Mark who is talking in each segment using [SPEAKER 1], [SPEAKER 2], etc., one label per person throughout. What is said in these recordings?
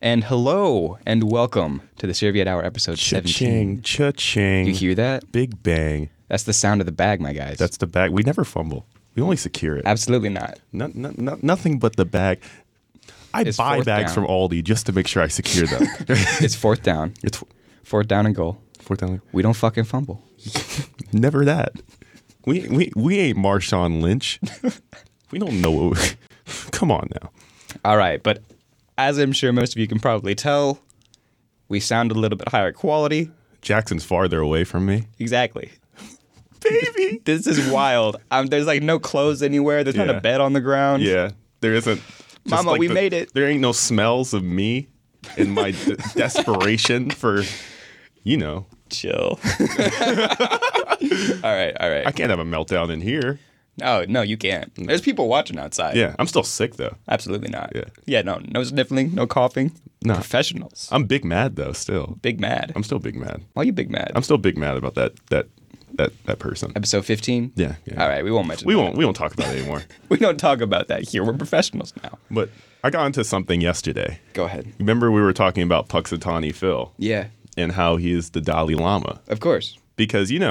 [SPEAKER 1] And hello and welcome to the Serviette Hour episode 17.
[SPEAKER 2] Cha-ching, cha-ching.
[SPEAKER 1] You hear that?
[SPEAKER 2] Big bang.
[SPEAKER 1] That's the sound of the bag, my guys.
[SPEAKER 2] That's the bag. We never fumble. We only secure it.
[SPEAKER 1] absolutely not.
[SPEAKER 2] No, no, no, nothing but the bag. I
[SPEAKER 1] It's
[SPEAKER 2] buy
[SPEAKER 1] fourth down.
[SPEAKER 2] bags from Aldi just to make sure I secure them.
[SPEAKER 1] It's fourth down.
[SPEAKER 2] it's
[SPEAKER 1] Fourth down and goal.
[SPEAKER 2] fourth down.
[SPEAKER 1] We don't fucking fumble.
[SPEAKER 2] Never that. We we we ain't Marshawn Lynch. we don't know. What we, come on now.
[SPEAKER 1] All right, but as I'm sure most of you can probably tell, we sound a little bit higher quality.
[SPEAKER 2] Jackson's farther away from me.
[SPEAKER 1] Exactly.
[SPEAKER 2] Baby.
[SPEAKER 1] This is wild. Um, there's like no clothes anywhere. There's not
[SPEAKER 2] Yeah.
[SPEAKER 1] a bed on the ground.
[SPEAKER 2] Yeah, there isn't. just
[SPEAKER 1] Mama, we made it.
[SPEAKER 2] There ain't no smells of me in my de- desperation for, you know,
[SPEAKER 1] Chill. all right, all right.
[SPEAKER 2] I can't have a meltdown in here.
[SPEAKER 1] Oh, no, you can't. There's people watching outside.
[SPEAKER 2] Yeah, I'm still sick though.
[SPEAKER 1] Absolutely not.
[SPEAKER 2] Yeah.
[SPEAKER 1] Yeah, no, no sniffling, no coughing.
[SPEAKER 2] No.
[SPEAKER 1] Professionals.
[SPEAKER 2] I'm big mad though. Still,
[SPEAKER 1] big mad.
[SPEAKER 2] I'm still big mad.
[SPEAKER 1] Why you big mad?
[SPEAKER 2] I'm still big mad about that that that that person.
[SPEAKER 1] Episode 15?
[SPEAKER 2] Yeah, yeah.
[SPEAKER 1] All right, we won't mention
[SPEAKER 2] We
[SPEAKER 1] that.
[SPEAKER 2] won't we won't talk about it anymore.
[SPEAKER 1] We don't talk about that here. We're professionals now.
[SPEAKER 2] but I got into something yesterday.
[SPEAKER 1] Go ahead.
[SPEAKER 2] Remember we were talking about Puxatani Phil
[SPEAKER 1] Yeah,
[SPEAKER 2] and how he is the Dalai Lama
[SPEAKER 1] of course.
[SPEAKER 2] because you know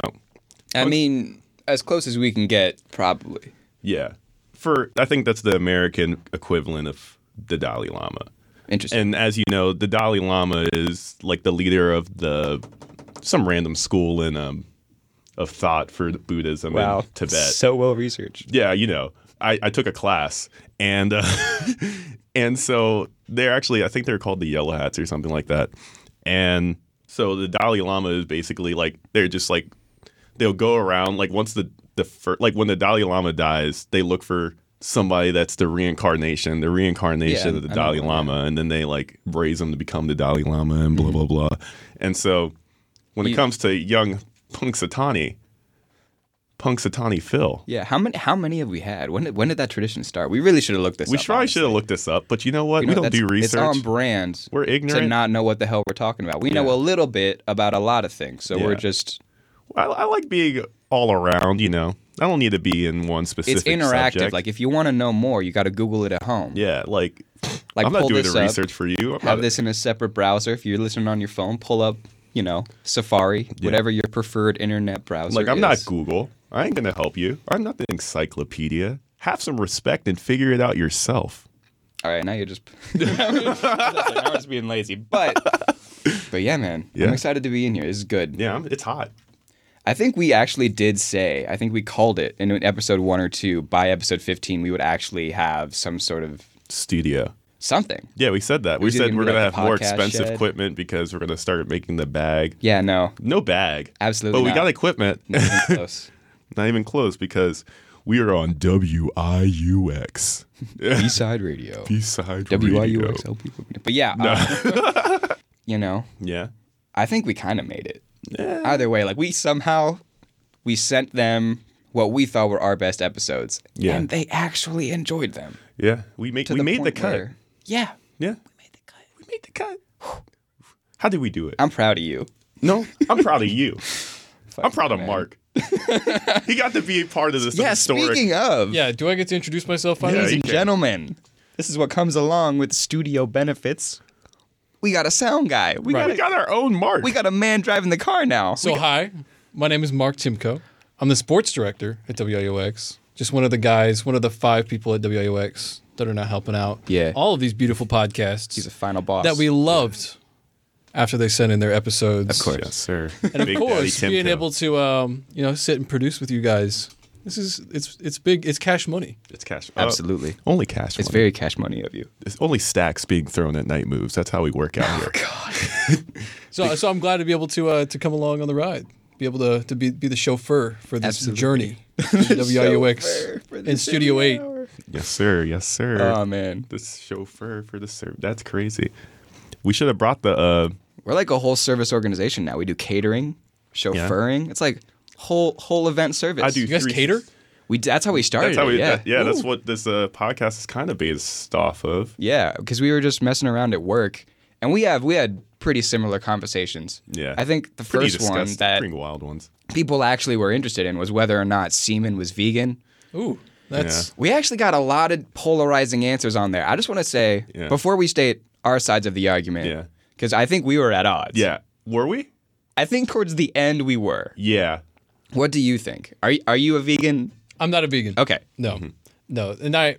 [SPEAKER 1] I mean, as close as we can get, probably.
[SPEAKER 2] yeah for I think that's the American equivalent of the Dalai Lama.
[SPEAKER 1] Interesting.
[SPEAKER 2] And as you know, the Dalai Lama is like the leader of the some random school in um of thought for Buddhism
[SPEAKER 1] wow.
[SPEAKER 2] in Tibet.
[SPEAKER 1] So well researched.
[SPEAKER 2] yeah, you know, I, I took a class and uh, and so they're actually I think they're called the yellow hats or something like that. And so the Dalai Lama is basically like they're just like they'll go around like once the the fir- like when the Dalai Lama dies, they look for somebody that's the reincarnation, the reincarnation
[SPEAKER 1] Yeah,
[SPEAKER 2] of the
[SPEAKER 1] I know
[SPEAKER 2] Dalai
[SPEAKER 1] that, yeah.
[SPEAKER 2] Lama, and then they like raise him to become the Dalai Lama and blah blah blah. And so when
[SPEAKER 1] Mm-hmm.
[SPEAKER 2] it
[SPEAKER 1] You-
[SPEAKER 2] comes to young Punxsutawney, Punxsutawney Phil,
[SPEAKER 1] Yeah. How many? How many have we had? When did, when did that tradition start? We really should have looked this
[SPEAKER 2] We
[SPEAKER 1] up.
[SPEAKER 2] probably
[SPEAKER 1] honestly.
[SPEAKER 2] should have looked this up, but you know what?
[SPEAKER 1] You
[SPEAKER 2] we
[SPEAKER 1] know,
[SPEAKER 2] don't
[SPEAKER 1] that's-
[SPEAKER 2] do
[SPEAKER 1] It's on
[SPEAKER 2] research.
[SPEAKER 1] brand.
[SPEAKER 2] We're
[SPEAKER 1] to
[SPEAKER 2] ignorant.
[SPEAKER 1] not know what the hell we're talking about. We know
[SPEAKER 2] Yeah.
[SPEAKER 1] a little bit about a lot of things, so we're
[SPEAKER 2] Yeah.
[SPEAKER 1] just
[SPEAKER 2] I, I like being all around. You know, I don't need to be in one
[SPEAKER 1] it's
[SPEAKER 2] specific.
[SPEAKER 1] interactive.
[SPEAKER 2] subject.
[SPEAKER 1] Like if you want to know more, you got to Google it at home.
[SPEAKER 2] yeah, like,
[SPEAKER 1] Like,
[SPEAKER 2] I'm not
[SPEAKER 1] pull
[SPEAKER 2] doing
[SPEAKER 1] this
[SPEAKER 2] the
[SPEAKER 1] up,
[SPEAKER 2] research for you. I'm
[SPEAKER 1] Have
[SPEAKER 2] not-
[SPEAKER 1] this in a separate browser. If you're listening on your phone, pull up, you know, Safari, whatever your preferred internet browser.
[SPEAKER 2] like I'm not
[SPEAKER 1] is.
[SPEAKER 2] Google. I ain't gonna help you. I'm not the encyclopedia. Have some respect and figure it out yourself.
[SPEAKER 1] All right, now you're just. That's like, now we're just being lazy, but. But yeah, man,
[SPEAKER 2] Yeah.
[SPEAKER 1] I'm excited to be in here. This is good.
[SPEAKER 2] Yeah, I'm, it's hot.
[SPEAKER 1] I think we actually did say, I think we called it in episode one or two. By episode 15, we would actually have some sort of
[SPEAKER 2] Studio.
[SPEAKER 1] something.
[SPEAKER 2] Yeah, we said that. We
[SPEAKER 1] was either
[SPEAKER 2] said
[SPEAKER 1] gonna
[SPEAKER 2] we're
[SPEAKER 1] be
[SPEAKER 2] gonna
[SPEAKER 1] like the
[SPEAKER 2] have more
[SPEAKER 1] podcast
[SPEAKER 2] expensive
[SPEAKER 1] shed.
[SPEAKER 2] equipment because we're gonna start making the bag.
[SPEAKER 1] Yeah, no,
[SPEAKER 2] No bag.
[SPEAKER 1] Absolutely
[SPEAKER 2] But we
[SPEAKER 1] not.
[SPEAKER 2] got equipment.
[SPEAKER 1] Nothing close.
[SPEAKER 2] Not even close because we are on WIUX.
[SPEAKER 1] B side radio.
[SPEAKER 2] Beside radio.
[SPEAKER 1] WIUXLP. But yeah, uh, you know,
[SPEAKER 2] Yeah.
[SPEAKER 1] I think we kind of made it. Either way, like we somehow we sent them what we thought were our best episodes,
[SPEAKER 2] Yeah.
[SPEAKER 1] and they actually enjoyed them.
[SPEAKER 2] Yeah. We make
[SPEAKER 1] To
[SPEAKER 2] we
[SPEAKER 1] the
[SPEAKER 2] made the
[SPEAKER 1] point
[SPEAKER 2] cut.
[SPEAKER 1] where- yeah,
[SPEAKER 2] Yeah. We made the cut. We made the cut. How did we do it?
[SPEAKER 1] I'm proud of you.
[SPEAKER 2] no, I'm proud of you. I'm
[SPEAKER 1] Fuck
[SPEAKER 2] proud of
[SPEAKER 1] man.
[SPEAKER 2] Mark. he got to be a part of this
[SPEAKER 1] Yeah,
[SPEAKER 2] historic.
[SPEAKER 1] speaking of,
[SPEAKER 3] Yeah, do I get to introduce myself finally?
[SPEAKER 1] ladies
[SPEAKER 2] you
[SPEAKER 1] and
[SPEAKER 2] can.
[SPEAKER 1] gentlemen, this is what comes along with studio benefits. We got a sound guy. We
[SPEAKER 2] we
[SPEAKER 1] got a,
[SPEAKER 2] got our own Mark.
[SPEAKER 1] we got a man driving the car now.
[SPEAKER 3] So, hi, my name is Mark Timko. I'm the sports director at WIOX. Just one of the guys, one of the five people at WIOX that are not helping out.
[SPEAKER 1] Yeah.
[SPEAKER 3] All of these beautiful podcasts
[SPEAKER 1] He's a final boss.
[SPEAKER 3] that we loved after they sent in their episodes.
[SPEAKER 1] Of course.
[SPEAKER 2] yes, sir.
[SPEAKER 3] And of course, being able to um, you know, sit and produce with you guys. This is it's it's big it's cash money.
[SPEAKER 2] It's cash. uh,
[SPEAKER 1] Absolutely.
[SPEAKER 2] only cash.
[SPEAKER 1] It's
[SPEAKER 2] money.
[SPEAKER 1] very cash money of you.
[SPEAKER 2] It's only stacks being thrown at night moves. That's how we work out here.
[SPEAKER 3] So so I'm glad to be able to uh, to come along on the ride. Be able to, to be, be the chauffeur for this
[SPEAKER 1] Absolutely.
[SPEAKER 3] journey. WIOX
[SPEAKER 1] Chauffeur for the
[SPEAKER 3] and Studio 8.
[SPEAKER 2] Yes, sir. Yes, sir.
[SPEAKER 1] Oh man,
[SPEAKER 2] the chauffeur for the serv That's crazy. We should have brought the uh
[SPEAKER 1] we're like a whole service organization now. We do catering, chauffeuring. It's like whole whole event service.
[SPEAKER 2] I do
[SPEAKER 3] You guys
[SPEAKER 2] three-
[SPEAKER 3] cater?
[SPEAKER 1] We that's how we started.
[SPEAKER 2] That's how we
[SPEAKER 1] it, yeah.
[SPEAKER 2] that- yeah, that's what this uh, podcast is kind of based off of.
[SPEAKER 1] Yeah, because we were just messing around at work, and we have we had pretty similar conversations.
[SPEAKER 2] Yeah.
[SPEAKER 1] I think the
[SPEAKER 2] Pretty
[SPEAKER 1] first one
[SPEAKER 2] disgust-
[SPEAKER 1] that
[SPEAKER 2] pretty wild ones.
[SPEAKER 1] people actually were interested in was whether or not semen was vegan.
[SPEAKER 3] Ooh, that's
[SPEAKER 1] We actually got a lot of polarizing answers on there. I just want to say
[SPEAKER 2] Yeah.
[SPEAKER 1] before we state our sides of the argument.
[SPEAKER 2] Yeah.
[SPEAKER 1] Because I think we were at odds.
[SPEAKER 2] Yeah. Were we?
[SPEAKER 1] I think towards the end we were.
[SPEAKER 2] Yeah.
[SPEAKER 1] What do you think? Are you, are you a vegan?
[SPEAKER 3] I'm not a vegan.
[SPEAKER 1] Okay. Mm-hmm.
[SPEAKER 3] No, no. And I,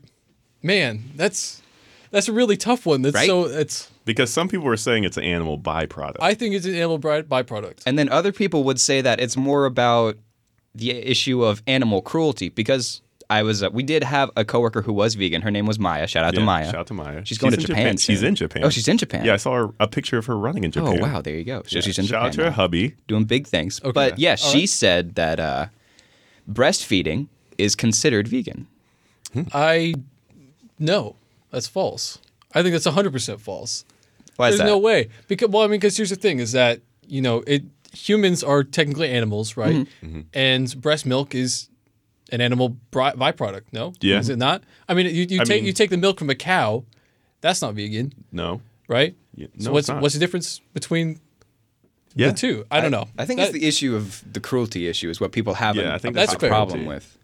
[SPEAKER 3] man, that's that's a really tough one. That's
[SPEAKER 1] Right?
[SPEAKER 3] so. It's.
[SPEAKER 2] Because some people were saying it's an animal byproduct.
[SPEAKER 3] I think it's an animal by- byproduct.
[SPEAKER 1] And then other people would say that it's more about the issue of animal cruelty because I was uh, we did have a coworker who was vegan. Her name was Maya. Shout out
[SPEAKER 2] Yeah,
[SPEAKER 1] to Maya.
[SPEAKER 2] Shout out to Maya.
[SPEAKER 1] She's going
[SPEAKER 2] in
[SPEAKER 1] to Japan.
[SPEAKER 2] She's
[SPEAKER 1] soon.
[SPEAKER 2] in Japan.
[SPEAKER 1] Oh, she's in Japan.
[SPEAKER 2] Yeah, I saw her, a picture of her running in
[SPEAKER 1] Oh
[SPEAKER 2] Japan.
[SPEAKER 1] wow, there you go. So
[SPEAKER 2] Yeah.
[SPEAKER 1] she's in
[SPEAKER 2] Shout out to
[SPEAKER 1] Japan
[SPEAKER 2] her
[SPEAKER 1] now,
[SPEAKER 2] hubby.
[SPEAKER 1] doing big things. But yeah, she said that uh, breastfeeding is considered vegan.
[SPEAKER 3] I no, that's false. I think that's 100% false.
[SPEAKER 1] Why is
[SPEAKER 3] There's
[SPEAKER 1] that?
[SPEAKER 3] no way. Because well, I mean, because here's the thing: is that you know, it humans are technically animals, right?
[SPEAKER 1] Mm-hmm.
[SPEAKER 3] And breast milk is an animal bri- byproduct. No,
[SPEAKER 2] Yeah.
[SPEAKER 3] is it not? I mean, you, you
[SPEAKER 2] I
[SPEAKER 3] take
[SPEAKER 2] mean-
[SPEAKER 3] you take the milk from a cow, that's not vegan,
[SPEAKER 2] No.
[SPEAKER 3] right?
[SPEAKER 2] no,
[SPEAKER 3] so what's
[SPEAKER 2] it's not.
[SPEAKER 3] what's the difference between
[SPEAKER 2] Yeah.
[SPEAKER 3] the two? I don't know.
[SPEAKER 1] I think
[SPEAKER 3] That-
[SPEAKER 1] it's the issue of the cruelty issue is what people have
[SPEAKER 2] Yeah,
[SPEAKER 1] a,
[SPEAKER 2] I think
[SPEAKER 1] a
[SPEAKER 2] that's
[SPEAKER 1] pro- problem
[SPEAKER 2] cruelty.
[SPEAKER 1] with.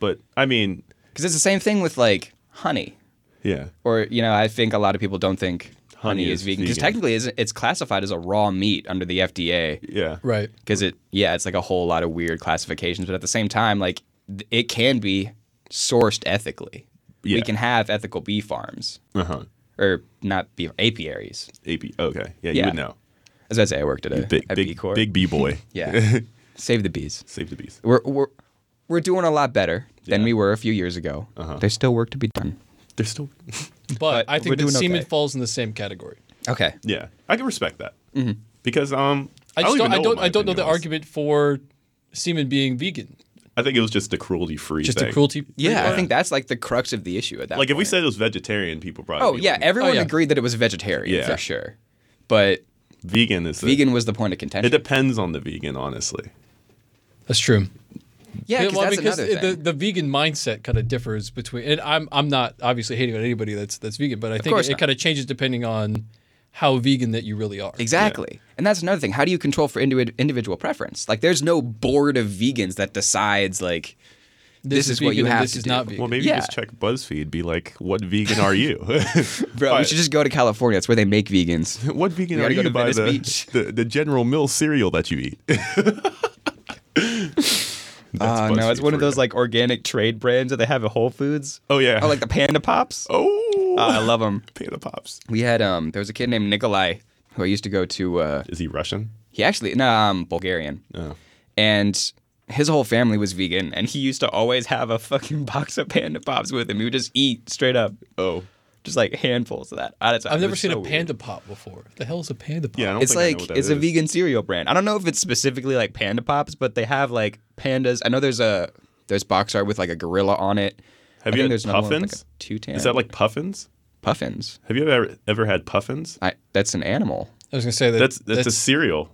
[SPEAKER 2] But I mean,
[SPEAKER 1] Because it's the same thing with like honey.
[SPEAKER 2] yeah.
[SPEAKER 1] Or, you know, I think a lot of people don't think honey,
[SPEAKER 2] Honey
[SPEAKER 1] is,
[SPEAKER 2] is
[SPEAKER 1] vegan. Because
[SPEAKER 2] vegan.
[SPEAKER 1] technically it's, it's classified as a raw meat under the FDA.
[SPEAKER 2] Yeah.
[SPEAKER 3] right.
[SPEAKER 1] Because it, yeah, it's like a whole lot of weird classifications. But at the same time, like th- it can be sourced ethically.
[SPEAKER 2] Yeah.
[SPEAKER 1] We can have ethical bee farms
[SPEAKER 2] Uh huh.
[SPEAKER 1] or not bee, apiaries.
[SPEAKER 2] AP. Okay. Yeah, you
[SPEAKER 1] Yeah.
[SPEAKER 2] would know.
[SPEAKER 1] As I say, I worked at a,
[SPEAKER 2] Big,
[SPEAKER 1] a bee
[SPEAKER 2] big,
[SPEAKER 1] corp.
[SPEAKER 2] big B boy.
[SPEAKER 1] Yeah. Save the bees.
[SPEAKER 2] Save the beast.
[SPEAKER 1] We're, we're, we're doing a lot better than we were a few years ago.
[SPEAKER 2] Uh-huh.
[SPEAKER 1] There's still work to be done.
[SPEAKER 2] There's still.
[SPEAKER 3] But,
[SPEAKER 1] But
[SPEAKER 3] I
[SPEAKER 1] we're
[SPEAKER 3] think that
[SPEAKER 1] doing
[SPEAKER 3] semen
[SPEAKER 1] okay.
[SPEAKER 3] falls in the same category.
[SPEAKER 1] Okay.
[SPEAKER 2] Yeah, I can respect that
[SPEAKER 1] Mm-hmm.
[SPEAKER 2] because um,
[SPEAKER 3] I just
[SPEAKER 2] even
[SPEAKER 3] don't. I
[SPEAKER 2] what
[SPEAKER 3] don't.
[SPEAKER 2] my
[SPEAKER 3] I don't know
[SPEAKER 2] opinion
[SPEAKER 3] the
[SPEAKER 2] was.
[SPEAKER 3] argument for semen being vegan.
[SPEAKER 2] I think it was just a cruelty free.
[SPEAKER 3] Just
[SPEAKER 2] thing.
[SPEAKER 3] a cruelty.
[SPEAKER 1] Yeah, I think that's like the crux of the issue at that
[SPEAKER 2] Like if we
[SPEAKER 1] point.
[SPEAKER 2] said it was vegetarian, people probably.
[SPEAKER 1] Oh,
[SPEAKER 2] be
[SPEAKER 1] yeah,
[SPEAKER 2] like,
[SPEAKER 1] everyone
[SPEAKER 3] yeah.
[SPEAKER 1] agreed that it was vegetarian
[SPEAKER 2] Yeah.
[SPEAKER 1] for sure. But
[SPEAKER 2] vegan is the-
[SPEAKER 1] vegan was the point of
[SPEAKER 2] It
[SPEAKER 1] contention.
[SPEAKER 2] depends on the vegan, honestly.
[SPEAKER 3] that's true.
[SPEAKER 1] yeah,
[SPEAKER 3] Yeah,
[SPEAKER 1] because
[SPEAKER 3] well,
[SPEAKER 1] that's
[SPEAKER 3] because
[SPEAKER 1] another
[SPEAKER 3] the,
[SPEAKER 1] thing.
[SPEAKER 3] the vegan mindset kind of differs between, and I'm I'm not obviously hating on anybody that's that's vegan, but I think
[SPEAKER 1] course
[SPEAKER 3] it,
[SPEAKER 1] not.
[SPEAKER 3] kind of changes depending on how vegan that you really are.
[SPEAKER 1] exactly. And that's another thing. How do you control for individ- individual preference? Like there's no board of vegans that decides like this, is, what
[SPEAKER 3] vegan
[SPEAKER 1] you
[SPEAKER 3] and
[SPEAKER 1] have
[SPEAKER 3] this
[SPEAKER 1] to
[SPEAKER 3] is
[SPEAKER 1] do.
[SPEAKER 3] not vegan.
[SPEAKER 2] Well, maybe
[SPEAKER 1] Yeah.
[SPEAKER 2] just check BuzzFeed. Be like, what vegan are you?
[SPEAKER 1] Bro, we
[SPEAKER 2] But-
[SPEAKER 1] should just go to California. That's where they make vegans.
[SPEAKER 2] What vegan
[SPEAKER 1] We
[SPEAKER 2] are
[SPEAKER 1] gotta go
[SPEAKER 2] you
[SPEAKER 1] to
[SPEAKER 2] by
[SPEAKER 1] Venice
[SPEAKER 2] the,
[SPEAKER 1] Beach.
[SPEAKER 2] the the General Mills cereal that you eat? That's
[SPEAKER 1] Uh, no, it's
[SPEAKER 2] BuzzFeed
[SPEAKER 1] one of
[SPEAKER 2] for you.
[SPEAKER 1] those like organic trade brands that they have at Whole Foods.
[SPEAKER 2] Oh, yeah.
[SPEAKER 1] Oh, like Uh, the Panda Pops. Ah,
[SPEAKER 2] Oh,
[SPEAKER 1] I love them.
[SPEAKER 2] Panda Pops.
[SPEAKER 1] We had um, there was a kid named Nikolai who I used to go to. Uh,
[SPEAKER 2] Is he Russian?
[SPEAKER 1] he actually no, um, Bulgarian.
[SPEAKER 2] Oh.
[SPEAKER 1] And his whole family was vegan, and he used to always have a fucking box of Panda Pops with him. He would just eat straight up,
[SPEAKER 2] Oh,
[SPEAKER 1] just like handfuls of that at a time.
[SPEAKER 3] I've
[SPEAKER 1] It
[SPEAKER 3] never
[SPEAKER 1] was
[SPEAKER 3] seen
[SPEAKER 1] so
[SPEAKER 3] a
[SPEAKER 1] weird.
[SPEAKER 3] panda pop before. The hell is a panda pop?
[SPEAKER 2] yeah. I don't
[SPEAKER 1] It's
[SPEAKER 2] think I know
[SPEAKER 1] like
[SPEAKER 2] what that
[SPEAKER 1] it's a
[SPEAKER 2] is.
[SPEAKER 1] vegan cereal brand. I don't know if it's specifically like Panda Pops, but they have like pandas. I know there's a there's box art with like a gorilla on it.
[SPEAKER 2] Have
[SPEAKER 1] I think
[SPEAKER 2] you had
[SPEAKER 1] there's another one with, like,
[SPEAKER 2] puffins?
[SPEAKER 1] a toucan.
[SPEAKER 2] Is that like puffins?
[SPEAKER 1] puffins?
[SPEAKER 2] Have you ever ever had puffins?
[SPEAKER 1] I, that's an animal.
[SPEAKER 3] I was gonna say that.
[SPEAKER 2] That's that's, a cereal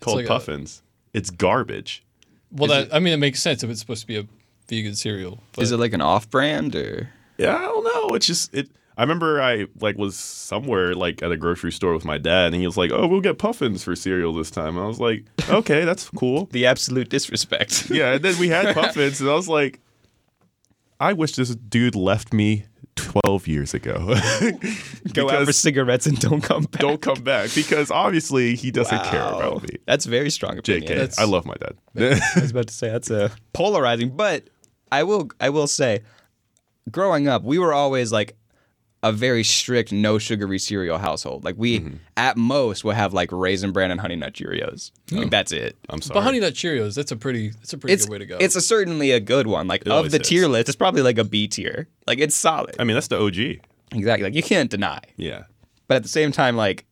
[SPEAKER 2] called
[SPEAKER 3] like a-
[SPEAKER 2] puffins. it's garbage.
[SPEAKER 3] well. That, I mean, it makes sense if it's supposed to be a vegan cereal. But
[SPEAKER 1] Is it like an off-brand or?
[SPEAKER 2] Yeah, I don't know. It's just it. I remember I like was somewhere like at a grocery store with my dad, and he was like, "Oh, we'll get puffins for cereal this time." And I was like, "Okay, that's cool."
[SPEAKER 1] The absolute disrespect.
[SPEAKER 2] yeah, and then we had puffins, and I was like, "I wish this dude left me twelve years ago."
[SPEAKER 1] Go out for
[SPEAKER 2] Because-
[SPEAKER 1] cigarettes and don't come back.
[SPEAKER 2] don't come back because obviously he doesn't care
[SPEAKER 1] Wow.
[SPEAKER 2] about me.
[SPEAKER 1] That's very strong
[SPEAKER 2] Jk,
[SPEAKER 1] opinion.
[SPEAKER 3] That's-
[SPEAKER 2] I love my dad.
[SPEAKER 1] I was about to say that's a polarizing, but I will I will say, growing up, we were always like a very strict no sugary cereal household. Like we
[SPEAKER 3] Mm-hmm.
[SPEAKER 1] at most would have like raisin bran and honey nut Cheerios. Like that's it.
[SPEAKER 2] I'm sorry.
[SPEAKER 3] but Honey Nut Cheerios. That's a pretty. That's a pretty
[SPEAKER 1] It's
[SPEAKER 3] good way to go.
[SPEAKER 1] it's a, certainly a good one. Like of
[SPEAKER 2] always
[SPEAKER 1] the
[SPEAKER 2] is.
[SPEAKER 1] tier list, it's probably like a B tier. Like it's solid.
[SPEAKER 2] I mean, that's the OG.
[SPEAKER 1] Exactly. Like you can't deny.
[SPEAKER 2] Yeah.
[SPEAKER 1] But at the same time, like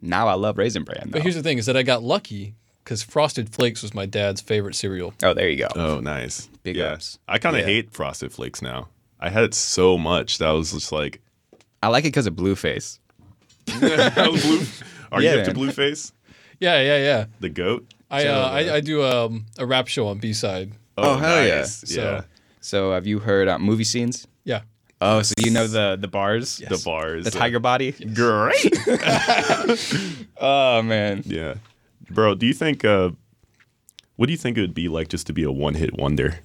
[SPEAKER 1] now I love raisin bran.
[SPEAKER 3] but
[SPEAKER 1] though.
[SPEAKER 3] here's the thing: is that I got lucky because Frosted Flakes was my dad's favorite cereal.
[SPEAKER 1] Oh, there you go.
[SPEAKER 2] Oh, nice.
[SPEAKER 1] Big
[SPEAKER 2] yeah.
[SPEAKER 1] ups.
[SPEAKER 2] I kind of
[SPEAKER 1] Yeah.
[SPEAKER 2] hate Frosted Flakes now. I had it so much that I was just like,
[SPEAKER 1] I like it because of Blueface.
[SPEAKER 2] blue, are
[SPEAKER 1] Yeah,
[SPEAKER 2] you up to
[SPEAKER 1] man.
[SPEAKER 2] Blueface?
[SPEAKER 3] Yeah, yeah, yeah.
[SPEAKER 2] The goat?
[SPEAKER 3] I,
[SPEAKER 2] Shout
[SPEAKER 3] uh,
[SPEAKER 2] out to
[SPEAKER 3] I I do um, a rap show on B side.
[SPEAKER 1] Oh, hell yeah.
[SPEAKER 2] yeah. Yeah.
[SPEAKER 1] So have you heard uh, movie scenes?
[SPEAKER 3] Yeah.
[SPEAKER 1] Oh, so you know the the bars,
[SPEAKER 2] The bars.
[SPEAKER 1] the tiger body.
[SPEAKER 2] Great.
[SPEAKER 1] Oh man,
[SPEAKER 2] yeah. Bro, do you think, uh, what do you think it would be like just to be a one hit wonder?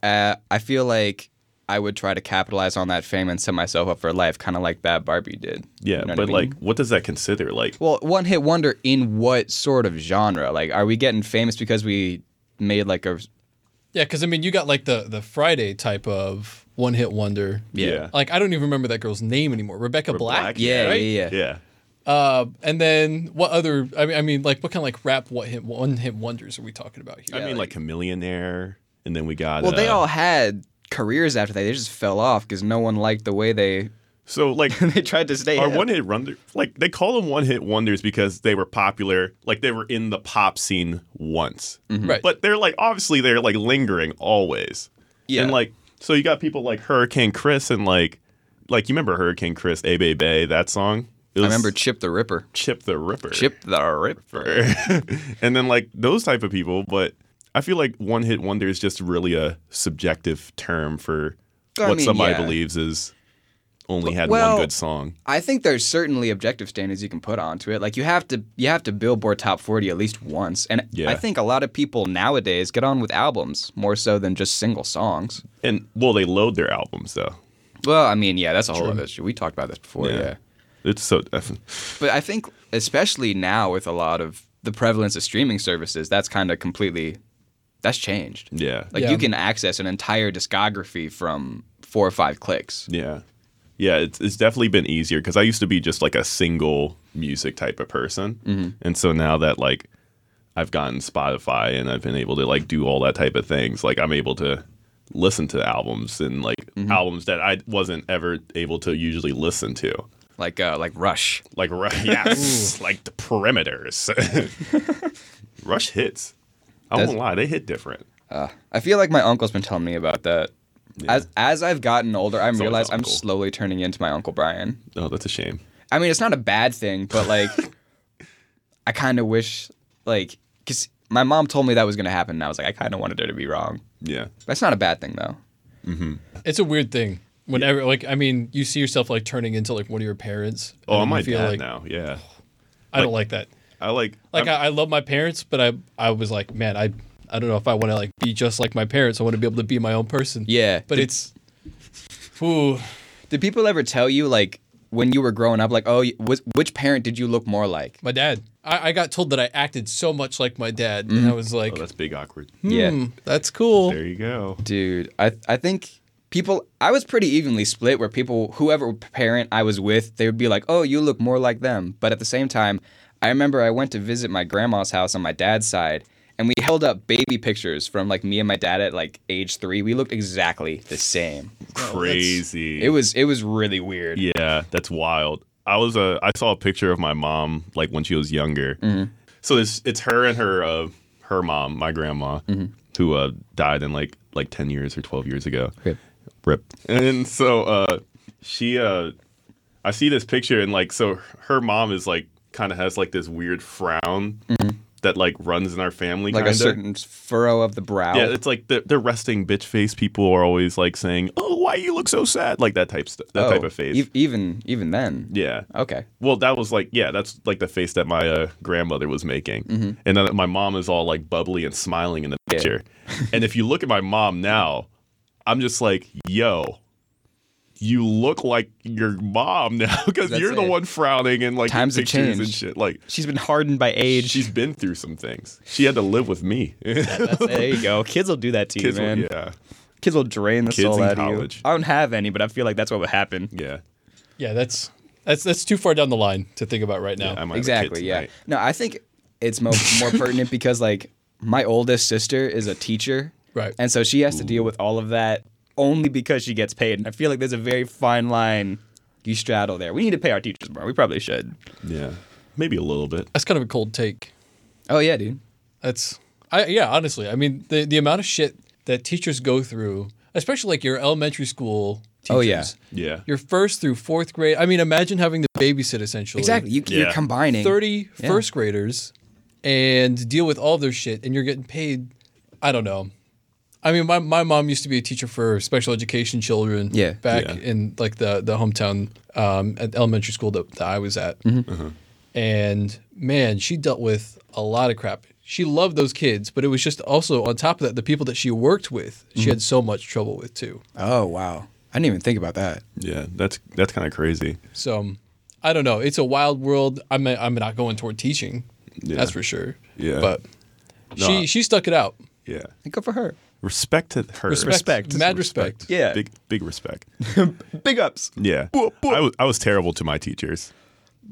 [SPEAKER 1] uh, I feel like I would try to capitalize on that fame and set myself up for life, kind of like Bad Barbie did.
[SPEAKER 2] Yeah,
[SPEAKER 1] You know what I
[SPEAKER 2] but
[SPEAKER 1] mean?
[SPEAKER 2] like, what does that consider? Like,
[SPEAKER 1] Well, one hit wonder in what sort of genre? Like, are we getting famous because we made like a
[SPEAKER 3] Yeah, because I mean, you got like the the Friday type of one hit wonder.
[SPEAKER 2] Yeah.
[SPEAKER 3] Like I don't even remember that girl's name anymore. Rebecca Black.
[SPEAKER 2] Black, yeah,
[SPEAKER 3] right?
[SPEAKER 1] yeah, yeah.
[SPEAKER 2] yeah.
[SPEAKER 3] Uh, and then what other? I mean, I mean, like what kind of like rap what hit one hit wonders are we talking about here?
[SPEAKER 2] I mean, like, Chameleon Air, and then we got.
[SPEAKER 1] Well, they
[SPEAKER 2] uh,
[SPEAKER 1] all had careers after that. They just fell off because no one liked the way they
[SPEAKER 2] So like,
[SPEAKER 1] they tried to stay.
[SPEAKER 2] Our
[SPEAKER 1] hip.
[SPEAKER 2] one hit wonder, like they call them one hit wonders because they were popular, like they were in the pop scene once.
[SPEAKER 1] Mm-hmm.
[SPEAKER 3] Right.
[SPEAKER 2] But they're like obviously they're like lingering always.
[SPEAKER 1] Yeah.
[SPEAKER 2] And like so you got people like Hurricane Chris and like like you remember Hurricane Chris, A Bay Bay, that song? It
[SPEAKER 1] I
[SPEAKER 2] was
[SPEAKER 1] remember Chip the Ripper.
[SPEAKER 2] Chip the Ripper.
[SPEAKER 1] Chip the Ripper.
[SPEAKER 2] and then like those type of people, but I feel like one hit wonder is just really a subjective term for
[SPEAKER 1] I
[SPEAKER 2] what
[SPEAKER 1] mean,
[SPEAKER 2] somebody
[SPEAKER 1] yeah.
[SPEAKER 2] believes is only had
[SPEAKER 1] Well-
[SPEAKER 2] one good song.
[SPEAKER 1] I think there's certainly objective standards you can put onto it. Like you have to you have to Billboard Top 40 at least once. And
[SPEAKER 2] Yeah.
[SPEAKER 1] I think a lot of people nowadays get on with albums more so than just single songs.
[SPEAKER 2] And well, they load their albums though.
[SPEAKER 1] Well, I mean, yeah, that's a whole other issue. We talked about this before, yeah.
[SPEAKER 2] It's so
[SPEAKER 1] But I think especially now with a lot of the prevalence of streaming services, that's kind of completely that's changed.
[SPEAKER 2] yeah.
[SPEAKER 1] Like
[SPEAKER 3] Yeah.
[SPEAKER 1] you can access an entire discography from four or five clicks.
[SPEAKER 2] yeah. Yeah, it's, it's definitely been easier because I used to be just like a single music type of person. And so now that like I've gotten Spotify and I've been able to like do all that type of things, like I'm able to listen to albums and like albums that I wasn't ever able to usually listen to.
[SPEAKER 1] Like uh, like Rush.
[SPEAKER 2] Like, Ru- yes, like the perimeters. Rush hits. I
[SPEAKER 1] Does-
[SPEAKER 2] won't lie, they hit different.
[SPEAKER 1] I feel like my uncle's been telling me about that. As as I've gotten older, I'm
[SPEAKER 2] always
[SPEAKER 1] realized I'm
[SPEAKER 2] uncle.
[SPEAKER 1] slowly turning into my uncle Brian.
[SPEAKER 2] Oh, that's a shame.
[SPEAKER 1] I mean, it's not a bad thing, but like, I kind of wish, like, because my mom told me that was gonna happen, and I was like, I kind of wanted her to be wrong.
[SPEAKER 2] Yeah.
[SPEAKER 1] That's not a bad thing though.
[SPEAKER 3] it's a weird thing. Whenever, like, I mean, you see yourself like turning into like one of your parents.
[SPEAKER 2] Oh,
[SPEAKER 3] and
[SPEAKER 2] I'm
[SPEAKER 3] you
[SPEAKER 2] my
[SPEAKER 3] feel
[SPEAKER 2] dad
[SPEAKER 3] like,
[SPEAKER 2] now. Yeah.
[SPEAKER 3] I don't like that.
[SPEAKER 2] I like
[SPEAKER 3] Like,
[SPEAKER 2] I'm-
[SPEAKER 3] I, I love my parents, but I, I was like, man, I, I don't know if I want to like be just like my parents. I want to be able to be my own person.
[SPEAKER 1] Yeah,
[SPEAKER 3] But
[SPEAKER 1] did,
[SPEAKER 3] it's, ooh,
[SPEAKER 1] did people ever tell you like when you were growing up, like, oh, you- which, which parent did you look more like?
[SPEAKER 3] my dad. I, I got told that I acted so much like my dad, and I was like,
[SPEAKER 2] oh, that's big awkward.
[SPEAKER 1] Yeah,
[SPEAKER 3] hmm, that's cool.
[SPEAKER 2] There you go.
[SPEAKER 1] dude, I I think. People, I was pretty evenly split. Where people, whoever parent I was with, they would be like, "Oh, you look more like them." But at the same time, I remember I went to visit my grandma's house on my dad's side, and we held up baby pictures from like me and my dad at like age three. We looked exactly the same.
[SPEAKER 2] Crazy.
[SPEAKER 1] It was it was really weird.
[SPEAKER 2] yeah, that's wild. I was uh, I saw a picture of my mom like when she was younger.
[SPEAKER 3] Mm-hmm.
[SPEAKER 2] So it's it's her and her uh, her mom, my grandma,
[SPEAKER 3] Mm-hmm.
[SPEAKER 2] who uh, died in like like ten years or twelve years ago.
[SPEAKER 1] Rip.
[SPEAKER 2] Rip. And so uh, she uh, I see this picture and like so her mom is like kind of has like this weird frown
[SPEAKER 3] Mm-hmm.
[SPEAKER 2] that like runs in our family,
[SPEAKER 1] Like a
[SPEAKER 2] kinda.
[SPEAKER 1] certain furrow of the brow.
[SPEAKER 2] Yeah, it's like the, the resting bitch face people are always like saying, "Oh, why you look so sad?" Like that type st- that
[SPEAKER 1] Oh,
[SPEAKER 2] type of face.
[SPEAKER 1] e- even even then.
[SPEAKER 2] yeah.
[SPEAKER 1] Okay.
[SPEAKER 2] Well, that was like yeah, that's like the face that my uh, grandmother was making,
[SPEAKER 1] Mm-hmm.
[SPEAKER 2] and then my mom is all like bubbly and smiling in the picture. and if you look at my mom now, I'm just like, yo, you look like your mom now because
[SPEAKER 1] That's
[SPEAKER 2] you're the
[SPEAKER 1] it.
[SPEAKER 2] one frowning and like in
[SPEAKER 1] Times have
[SPEAKER 2] pictures and
[SPEAKER 1] changed.
[SPEAKER 2] shit. Like
[SPEAKER 1] She's been hardened by age.
[SPEAKER 2] she's been through some things. She had to live with me.
[SPEAKER 1] there you go. Kids will do that to
[SPEAKER 2] Kids
[SPEAKER 1] you,
[SPEAKER 2] were-
[SPEAKER 1] man.
[SPEAKER 2] yeah,
[SPEAKER 1] Kids will drain the
[SPEAKER 2] Kids
[SPEAKER 1] soul
[SPEAKER 2] in
[SPEAKER 1] out of
[SPEAKER 2] college.
[SPEAKER 1] you. I don't have any, but I feel like that's what would happen.
[SPEAKER 2] yeah.
[SPEAKER 3] Yeah, that's that's that's too far down the line to think about right now.
[SPEAKER 2] I might have a kid
[SPEAKER 1] Exactly. Yeah.
[SPEAKER 2] tonight.
[SPEAKER 1] No, I think it's mo- more pertinent because like my oldest sister is a teacher,
[SPEAKER 3] Right.
[SPEAKER 1] And so she has to deal with all of that only because she gets paid. And I feel like there's a very fine line you straddle there. We need to pay our teachers more. We probably should.
[SPEAKER 2] Yeah. Maybe a little bit.
[SPEAKER 3] that's kind of a cold take.
[SPEAKER 1] Oh yeah, dude.
[SPEAKER 3] That's I yeah, honestly. I mean, the the amount of shit that teachers go through, especially like your elementary school teachers.
[SPEAKER 1] Oh, yeah.
[SPEAKER 2] Yeah.
[SPEAKER 3] Your first through fourth grade. I mean, imagine having to babysit essentially.
[SPEAKER 1] Exactly. You, You're
[SPEAKER 2] Yeah.
[SPEAKER 1] combining
[SPEAKER 3] 30
[SPEAKER 1] Yeah.
[SPEAKER 3] first graders and deal with all their shit and you're getting paid I don't know. I mean, my, my mom used to be a teacher for special education children
[SPEAKER 1] Yeah.
[SPEAKER 3] back
[SPEAKER 2] Yeah.
[SPEAKER 1] Mm-hmm.
[SPEAKER 3] in like the, the hometown um, at elementary school that, that I was at. And man, she dealt with a lot of crap. She loved those kids, but it was just also on top of that, the people that she worked with, she
[SPEAKER 1] Mm-hmm.
[SPEAKER 3] had so much trouble with too.
[SPEAKER 1] Oh wow, I didn't even think about that.
[SPEAKER 2] Yeah, that's that's kind of crazy.
[SPEAKER 3] So um, I don't know. It's a wild world. I'm I'm not going toward teaching. That's for sure.
[SPEAKER 2] Yeah.
[SPEAKER 3] But
[SPEAKER 2] No, I-
[SPEAKER 3] she she stuck it out.
[SPEAKER 2] Yeah,
[SPEAKER 1] Good for her.
[SPEAKER 2] respect to her.
[SPEAKER 1] Respect.
[SPEAKER 3] Mad respect.
[SPEAKER 1] Yeah.
[SPEAKER 2] big big respect.
[SPEAKER 1] Big ups.
[SPEAKER 2] Yeah, I was I was terrible to my teachers.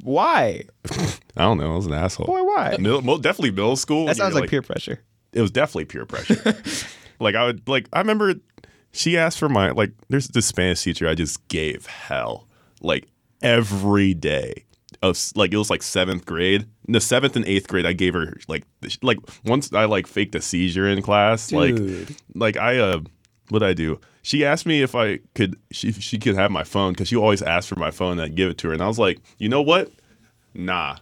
[SPEAKER 1] Why?
[SPEAKER 2] I don't know. I was an asshole.
[SPEAKER 1] Boy, why?
[SPEAKER 2] Middle, mo- definitely middle school.
[SPEAKER 1] That
[SPEAKER 2] when
[SPEAKER 1] sounds
[SPEAKER 2] you're,
[SPEAKER 1] like, peer pressure.
[SPEAKER 2] it was definitely peer pressure. like I would like I remember she asked for my like there's this Spanish teacher I just gave hell like every day of s- like it was like seventh grade the seventh and eighth grade I gave her like the sh- like once I like faked a seizure in class
[SPEAKER 1] Dude.
[SPEAKER 2] like like I uh what I do she asked me if I could she she could have my phone because she always asked for my phone and I'd give it to her and I was like you know what nah,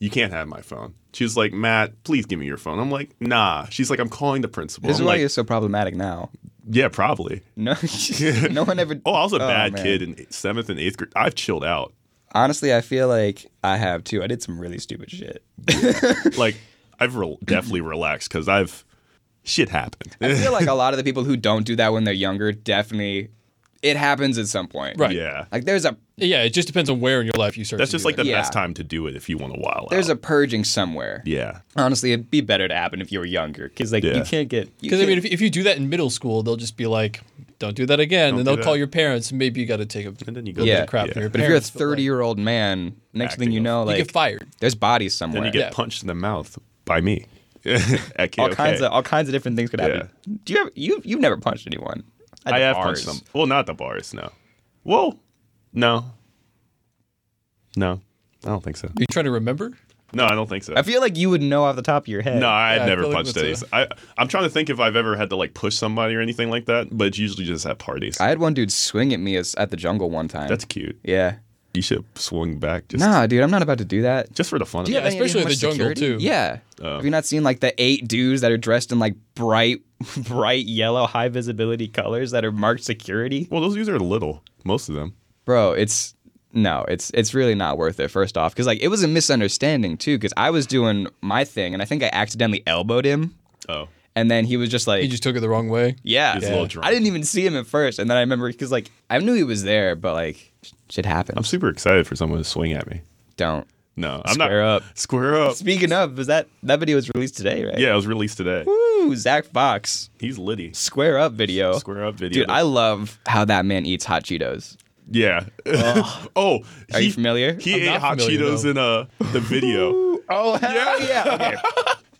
[SPEAKER 2] you can't have my phone. She's like, Matt, please give me your phone. I'm like, nah. She's like, I'm calling the principal.
[SPEAKER 1] This is
[SPEAKER 2] I'm
[SPEAKER 1] why
[SPEAKER 2] like,
[SPEAKER 1] you're so problematic now.
[SPEAKER 2] yeah, probably.
[SPEAKER 1] No, no one ever.
[SPEAKER 2] Oh, I was a bad
[SPEAKER 1] man.
[SPEAKER 2] kid in seventh and eighth grade. I've chilled out.
[SPEAKER 1] Honestly, I feel like I have too. I did some really stupid shit.
[SPEAKER 2] Like, I've re- definitely relaxed because I've shit happened.
[SPEAKER 1] I feel like a lot of the people who don't do that when they're younger definitely it happens at some point.
[SPEAKER 3] Right.
[SPEAKER 2] yeah,
[SPEAKER 1] Like there's a
[SPEAKER 3] Yeah, it just depends on where in your life you start.
[SPEAKER 2] that's
[SPEAKER 3] to
[SPEAKER 2] just
[SPEAKER 3] do
[SPEAKER 2] like the
[SPEAKER 3] it.
[SPEAKER 1] Yeah.
[SPEAKER 2] best time to do it if you want to wild
[SPEAKER 1] there's
[SPEAKER 2] out.
[SPEAKER 1] a purging somewhere.
[SPEAKER 2] yeah,
[SPEAKER 1] Honestly, it'd be better to happen if you were younger because like you
[SPEAKER 2] Yeah.
[SPEAKER 1] can't get you
[SPEAKER 3] because I mean,
[SPEAKER 1] can't-
[SPEAKER 3] if, if you do that in middle school, they'll just be like, "Don't do that again,"
[SPEAKER 2] Don't
[SPEAKER 3] and
[SPEAKER 2] do
[SPEAKER 3] they'll call
[SPEAKER 2] that.
[SPEAKER 3] your parents. and Maybe you got to take a
[SPEAKER 2] and
[SPEAKER 3] little
[SPEAKER 2] then you go
[SPEAKER 1] Yeah.
[SPEAKER 3] bit of crap
[SPEAKER 2] yeah.
[SPEAKER 3] from your
[SPEAKER 1] but if you're a
[SPEAKER 3] parents, but, like,
[SPEAKER 1] 30 year old man, next thing
[SPEAKER 2] Acting
[SPEAKER 1] you know, like
[SPEAKER 3] you get fired.
[SPEAKER 1] there's bodies somewhere.
[SPEAKER 2] Then you get
[SPEAKER 3] Yeah.
[SPEAKER 2] punched in the mouth by me. At KOK.
[SPEAKER 1] all kinds of all kinds of different things could happen. Do you ever you you've never punched anyone? At
[SPEAKER 2] I
[SPEAKER 1] the
[SPEAKER 2] have
[SPEAKER 1] bars.
[SPEAKER 2] punched them. Well, not the bars. No. Well, no. No, I don't think so.
[SPEAKER 3] Are you trying to remember?
[SPEAKER 2] No, I don't think so.
[SPEAKER 1] I feel like you would know off the top of your head.
[SPEAKER 2] no, I
[SPEAKER 3] Yeah, I
[SPEAKER 2] had never
[SPEAKER 3] feel like
[SPEAKER 2] punched any.
[SPEAKER 3] that's
[SPEAKER 2] I I'm trying to think if I've ever had to like push somebody or anything like that, but it's usually just at parties.
[SPEAKER 1] I had one dude swing at me as, at the jungle one time.
[SPEAKER 2] That's cute.
[SPEAKER 1] yeah.
[SPEAKER 2] You should swing back just
[SPEAKER 1] Nah, dude, I'm not about to do that.
[SPEAKER 2] just for the fun of
[SPEAKER 3] Yeah,
[SPEAKER 2] it.
[SPEAKER 1] Any idea
[SPEAKER 3] especially
[SPEAKER 1] how
[SPEAKER 3] in the
[SPEAKER 1] much
[SPEAKER 3] jungle
[SPEAKER 1] security?
[SPEAKER 3] too.
[SPEAKER 1] Yeah.
[SPEAKER 2] Oh.
[SPEAKER 1] Have you not seen like the eight dudes that are dressed in like bright, bright yellow, high visibility colors that are marked security?
[SPEAKER 2] Well, those dudes are little, most of them.
[SPEAKER 1] Bro, it's no, it's it's really not worth it. First off, because like it was a misunderstanding too, because I was doing my thing and I think I accidentally elbowed him,
[SPEAKER 2] Oh,
[SPEAKER 1] and then he was just like,
[SPEAKER 3] He just took it the wrong way.
[SPEAKER 1] yeah,
[SPEAKER 2] He's a little drunk.
[SPEAKER 1] I didn't even see him at first, and then I remember because like I knew he was there, but like shit happened.
[SPEAKER 2] I'm super excited for someone to swing at me.
[SPEAKER 1] Don't.
[SPEAKER 2] No, I'm
[SPEAKER 1] Square
[SPEAKER 2] not.
[SPEAKER 1] up.
[SPEAKER 2] Square up.
[SPEAKER 1] Speaking of, was that that video was released today, right?
[SPEAKER 2] Yeah, it was released today.
[SPEAKER 1] Woo, Zach Fox.
[SPEAKER 2] He's Liddy.
[SPEAKER 1] Square up video.
[SPEAKER 2] Square up video.
[SPEAKER 1] Dude, I love how that man eats hot Cheetos.
[SPEAKER 2] Yeah. oh,
[SPEAKER 1] Are
[SPEAKER 2] he,
[SPEAKER 1] you familiar?
[SPEAKER 2] He
[SPEAKER 3] I'm
[SPEAKER 2] ate
[SPEAKER 3] not
[SPEAKER 2] hot
[SPEAKER 3] familiar,
[SPEAKER 2] Cheetos
[SPEAKER 3] though.
[SPEAKER 2] in uh the video.
[SPEAKER 1] Oh, hell
[SPEAKER 2] Yeah.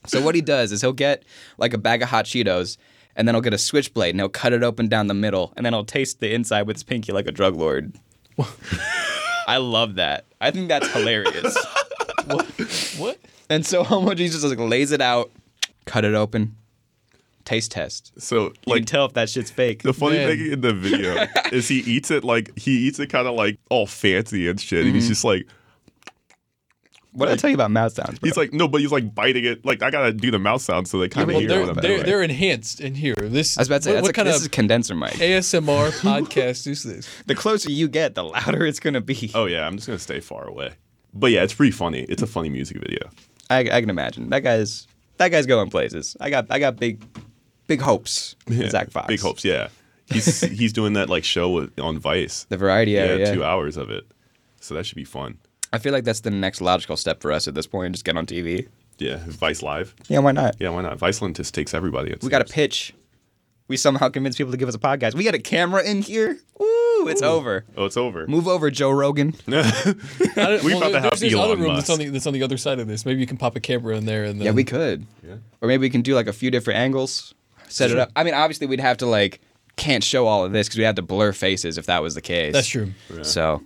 [SPEAKER 1] So what he does is he'll get like a bag of hot Cheetos and then he'll get a switchblade and he'll cut it open down the middle and then he'll taste the inside with his pinky like a drug lord. I love that. I think that's hilarious.
[SPEAKER 3] What?
[SPEAKER 1] and so Homo Jesus like lays it out, cut it open, taste test.
[SPEAKER 2] so
[SPEAKER 1] Like, you
[SPEAKER 2] like
[SPEAKER 1] can tell if that shit's fake.
[SPEAKER 2] The funny
[SPEAKER 3] Man.
[SPEAKER 2] thing in the video is he eats it like he eats it kind of like all fancy and shit. And he's just like
[SPEAKER 1] what did I tell you about mouth sounds? Bro?
[SPEAKER 2] he's like no, but he's like biting it. Like I gotta do the mouth sound so they kind of
[SPEAKER 3] Well,
[SPEAKER 2] hear
[SPEAKER 3] they're,
[SPEAKER 2] what I'm
[SPEAKER 3] they're,
[SPEAKER 2] doing.
[SPEAKER 3] they're enhanced in here. This
[SPEAKER 1] I was about to say,
[SPEAKER 3] what,
[SPEAKER 1] that's
[SPEAKER 3] what
[SPEAKER 1] a,
[SPEAKER 3] kind
[SPEAKER 1] this
[SPEAKER 3] of
[SPEAKER 1] is a condenser mic.
[SPEAKER 3] ASMR podcast is this?
[SPEAKER 1] The closer you get, the louder it's gonna be.
[SPEAKER 2] oh yeah, I'm just gonna stay far away. But yeah, it's pretty funny. It's a funny music video.
[SPEAKER 1] I, I can imagine that guy's that guy's going places. I got I got big big hopes. for
[SPEAKER 2] Yeah.
[SPEAKER 1] Zach Fox,
[SPEAKER 2] Big hopes. Yeah, he's he's doing that like show with, on Vice.
[SPEAKER 1] The variety
[SPEAKER 2] yeah,
[SPEAKER 1] hour. Yeah,
[SPEAKER 2] two hours of it. So that should be fun.
[SPEAKER 1] I feel like that's the next logical step for us at this point. Just get on TV.
[SPEAKER 2] Yeah, Vice Live.
[SPEAKER 1] Yeah, why not?
[SPEAKER 2] Yeah, why not? Viceland just takes everybody. It
[SPEAKER 1] We got a
[SPEAKER 2] seems.
[SPEAKER 1] pitch. We somehow convince people to give us a podcast. We got a camera in here. Woo! It's over.
[SPEAKER 2] Oh, it's over.
[SPEAKER 1] Move over, Joe Rogan.
[SPEAKER 3] I don't-
[SPEAKER 2] We about to
[SPEAKER 3] there-
[SPEAKER 2] have
[SPEAKER 3] there's this other
[SPEAKER 2] Elon
[SPEAKER 3] room
[SPEAKER 2] Musk.
[SPEAKER 3] that's on, the, that's on the other side of this. Maybe you can pop a camera in there and then
[SPEAKER 1] Yeah, we could.
[SPEAKER 2] Mm. Yeah.
[SPEAKER 1] Or maybe we can do like a few different angles. Set it up. I mean, obviously we'd have to like can't show all of this because we have to blur faces if that was the case.
[SPEAKER 3] That's true.
[SPEAKER 1] So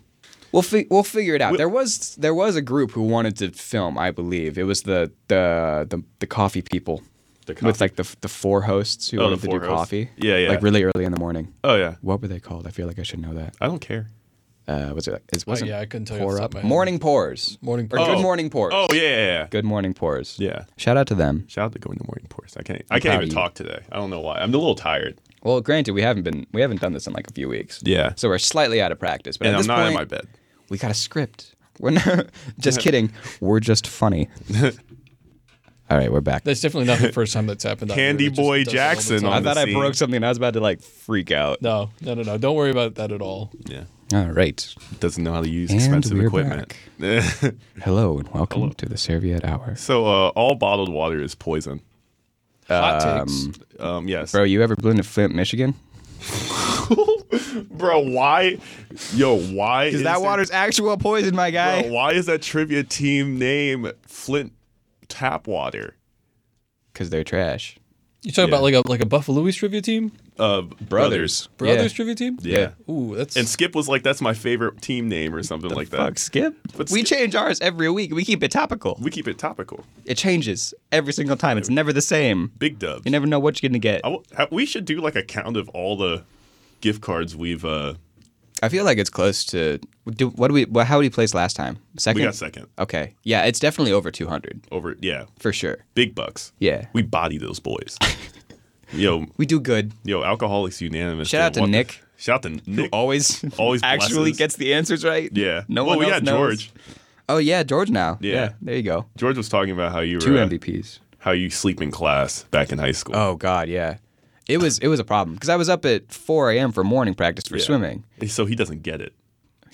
[SPEAKER 1] we'll fi- we'll figure it out. there was there was a group who wanted to film. I believe it was the the the, the coffee people
[SPEAKER 2] The
[SPEAKER 1] with
[SPEAKER 2] coffee-
[SPEAKER 1] like the the four hosts who
[SPEAKER 2] Oh, the
[SPEAKER 1] wanted to do
[SPEAKER 2] four hosts.
[SPEAKER 1] coffee.
[SPEAKER 2] Yeah, yeah.
[SPEAKER 1] Like really early in the morning.
[SPEAKER 2] oh yeah,
[SPEAKER 1] What were they called? I feel like I should know that.
[SPEAKER 2] I don't care.
[SPEAKER 1] Uh, was it? It wasn't.
[SPEAKER 3] Oh, yeah, I couldn't tell you off
[SPEAKER 1] Pour
[SPEAKER 3] the top
[SPEAKER 1] up.
[SPEAKER 3] of my head.
[SPEAKER 1] Morning pours.
[SPEAKER 3] Morning
[SPEAKER 1] Or
[SPEAKER 3] Pours.
[SPEAKER 1] good
[SPEAKER 2] Oh.
[SPEAKER 1] morning pours.
[SPEAKER 2] Oh yeah, yeah, yeah.
[SPEAKER 1] Good morning pours.
[SPEAKER 2] Yeah.
[SPEAKER 1] Shout out to them.
[SPEAKER 2] Shout out to going to morning pours. I can't. I can't
[SPEAKER 1] proud
[SPEAKER 2] even
[SPEAKER 1] of you.
[SPEAKER 2] talk today. I don't know why. I'm a little tired.
[SPEAKER 1] Well, granted, we haven't been we haven't done this in like a few weeks.
[SPEAKER 2] Yeah.
[SPEAKER 1] So we're slightly out of practice. But
[SPEAKER 2] And
[SPEAKER 1] at
[SPEAKER 2] I'm
[SPEAKER 1] this
[SPEAKER 2] not in
[SPEAKER 1] point,
[SPEAKER 2] my bed.
[SPEAKER 1] We got a script. We're not, just kidding. We're just funny. All right, we're back.
[SPEAKER 3] That's definitely not the first time that's happened. out here.
[SPEAKER 2] Candy
[SPEAKER 3] It just
[SPEAKER 2] Boy
[SPEAKER 3] does it all the
[SPEAKER 2] Jackson
[SPEAKER 3] time.
[SPEAKER 1] I
[SPEAKER 2] on the
[SPEAKER 1] thought I
[SPEAKER 2] scene.
[SPEAKER 1] broke something and I was about to like freak out.
[SPEAKER 3] No, no, no, no. Don't worry about that at all.
[SPEAKER 2] Yeah.
[SPEAKER 1] All right.
[SPEAKER 2] Doesn't know how to use
[SPEAKER 1] And
[SPEAKER 2] expensive
[SPEAKER 1] we're
[SPEAKER 2] equipment.
[SPEAKER 1] Hello and welcome to the Serviette Hour.
[SPEAKER 2] so uh, all bottled water is poison.
[SPEAKER 3] Hot takes.
[SPEAKER 2] Um, yes.
[SPEAKER 1] Bro, you ever been to Flint, Michigan?
[SPEAKER 2] Bro, why? Yo, why? Is
[SPEAKER 1] that
[SPEAKER 2] there-
[SPEAKER 1] water's actual poison, my guy.
[SPEAKER 2] Bro, why is that trivia team name Flint Tap Water?
[SPEAKER 1] Because they're trash.
[SPEAKER 3] You talking about like a like a Buffalo's trivia team,
[SPEAKER 2] Uh, brothers.
[SPEAKER 3] Brothers
[SPEAKER 1] Yeah.
[SPEAKER 3] trivia team?
[SPEAKER 2] Yeah.
[SPEAKER 3] Ooh, that's
[SPEAKER 2] And Skip was like, "That's my favorite team name" or something like that.
[SPEAKER 1] Fuck, Skip.
[SPEAKER 2] But
[SPEAKER 1] we
[SPEAKER 2] Skip-
[SPEAKER 1] change ours every week. We keep it topical.
[SPEAKER 2] We keep it topical.
[SPEAKER 1] It changes every single time. It's never the same.
[SPEAKER 2] Big Dub.
[SPEAKER 1] You never know what you're going to get.
[SPEAKER 2] I w- ha- we should do like a count of all the gift cards we've. uh
[SPEAKER 1] I feel like it's close to. Do, what do we? What, how did he place last time? Second.
[SPEAKER 2] We got second
[SPEAKER 1] Okay. Yeah, it's definitely over 200
[SPEAKER 2] over. Yeah,
[SPEAKER 1] for sure.
[SPEAKER 2] big bucks.
[SPEAKER 1] Yeah.
[SPEAKER 2] we body those boys. yo,
[SPEAKER 1] We do good.
[SPEAKER 2] yo, alcoholics unanimous.
[SPEAKER 1] Shout out
[SPEAKER 2] dude.
[SPEAKER 1] to
[SPEAKER 2] What the-
[SPEAKER 1] Nick.
[SPEAKER 2] Shout out to Nick.
[SPEAKER 1] Always,
[SPEAKER 2] Always
[SPEAKER 1] actually
[SPEAKER 2] blesses.
[SPEAKER 1] gets the answers right.
[SPEAKER 2] Yeah.
[SPEAKER 1] No
[SPEAKER 2] well,
[SPEAKER 1] one
[SPEAKER 2] we
[SPEAKER 1] else
[SPEAKER 2] got
[SPEAKER 1] knows.
[SPEAKER 2] George.
[SPEAKER 1] Oh yeah, George now.
[SPEAKER 2] Yeah.
[SPEAKER 1] There you go.
[SPEAKER 2] George was talking about how you were
[SPEAKER 1] Two
[SPEAKER 2] uh,
[SPEAKER 1] MVPs.
[SPEAKER 2] how you sleep in class back in high school.
[SPEAKER 1] Oh God, yeah. It was it was a problem because I was up at 4 a.m. for morning practice for
[SPEAKER 2] Yeah.
[SPEAKER 1] swimming.
[SPEAKER 2] So he doesn't get it.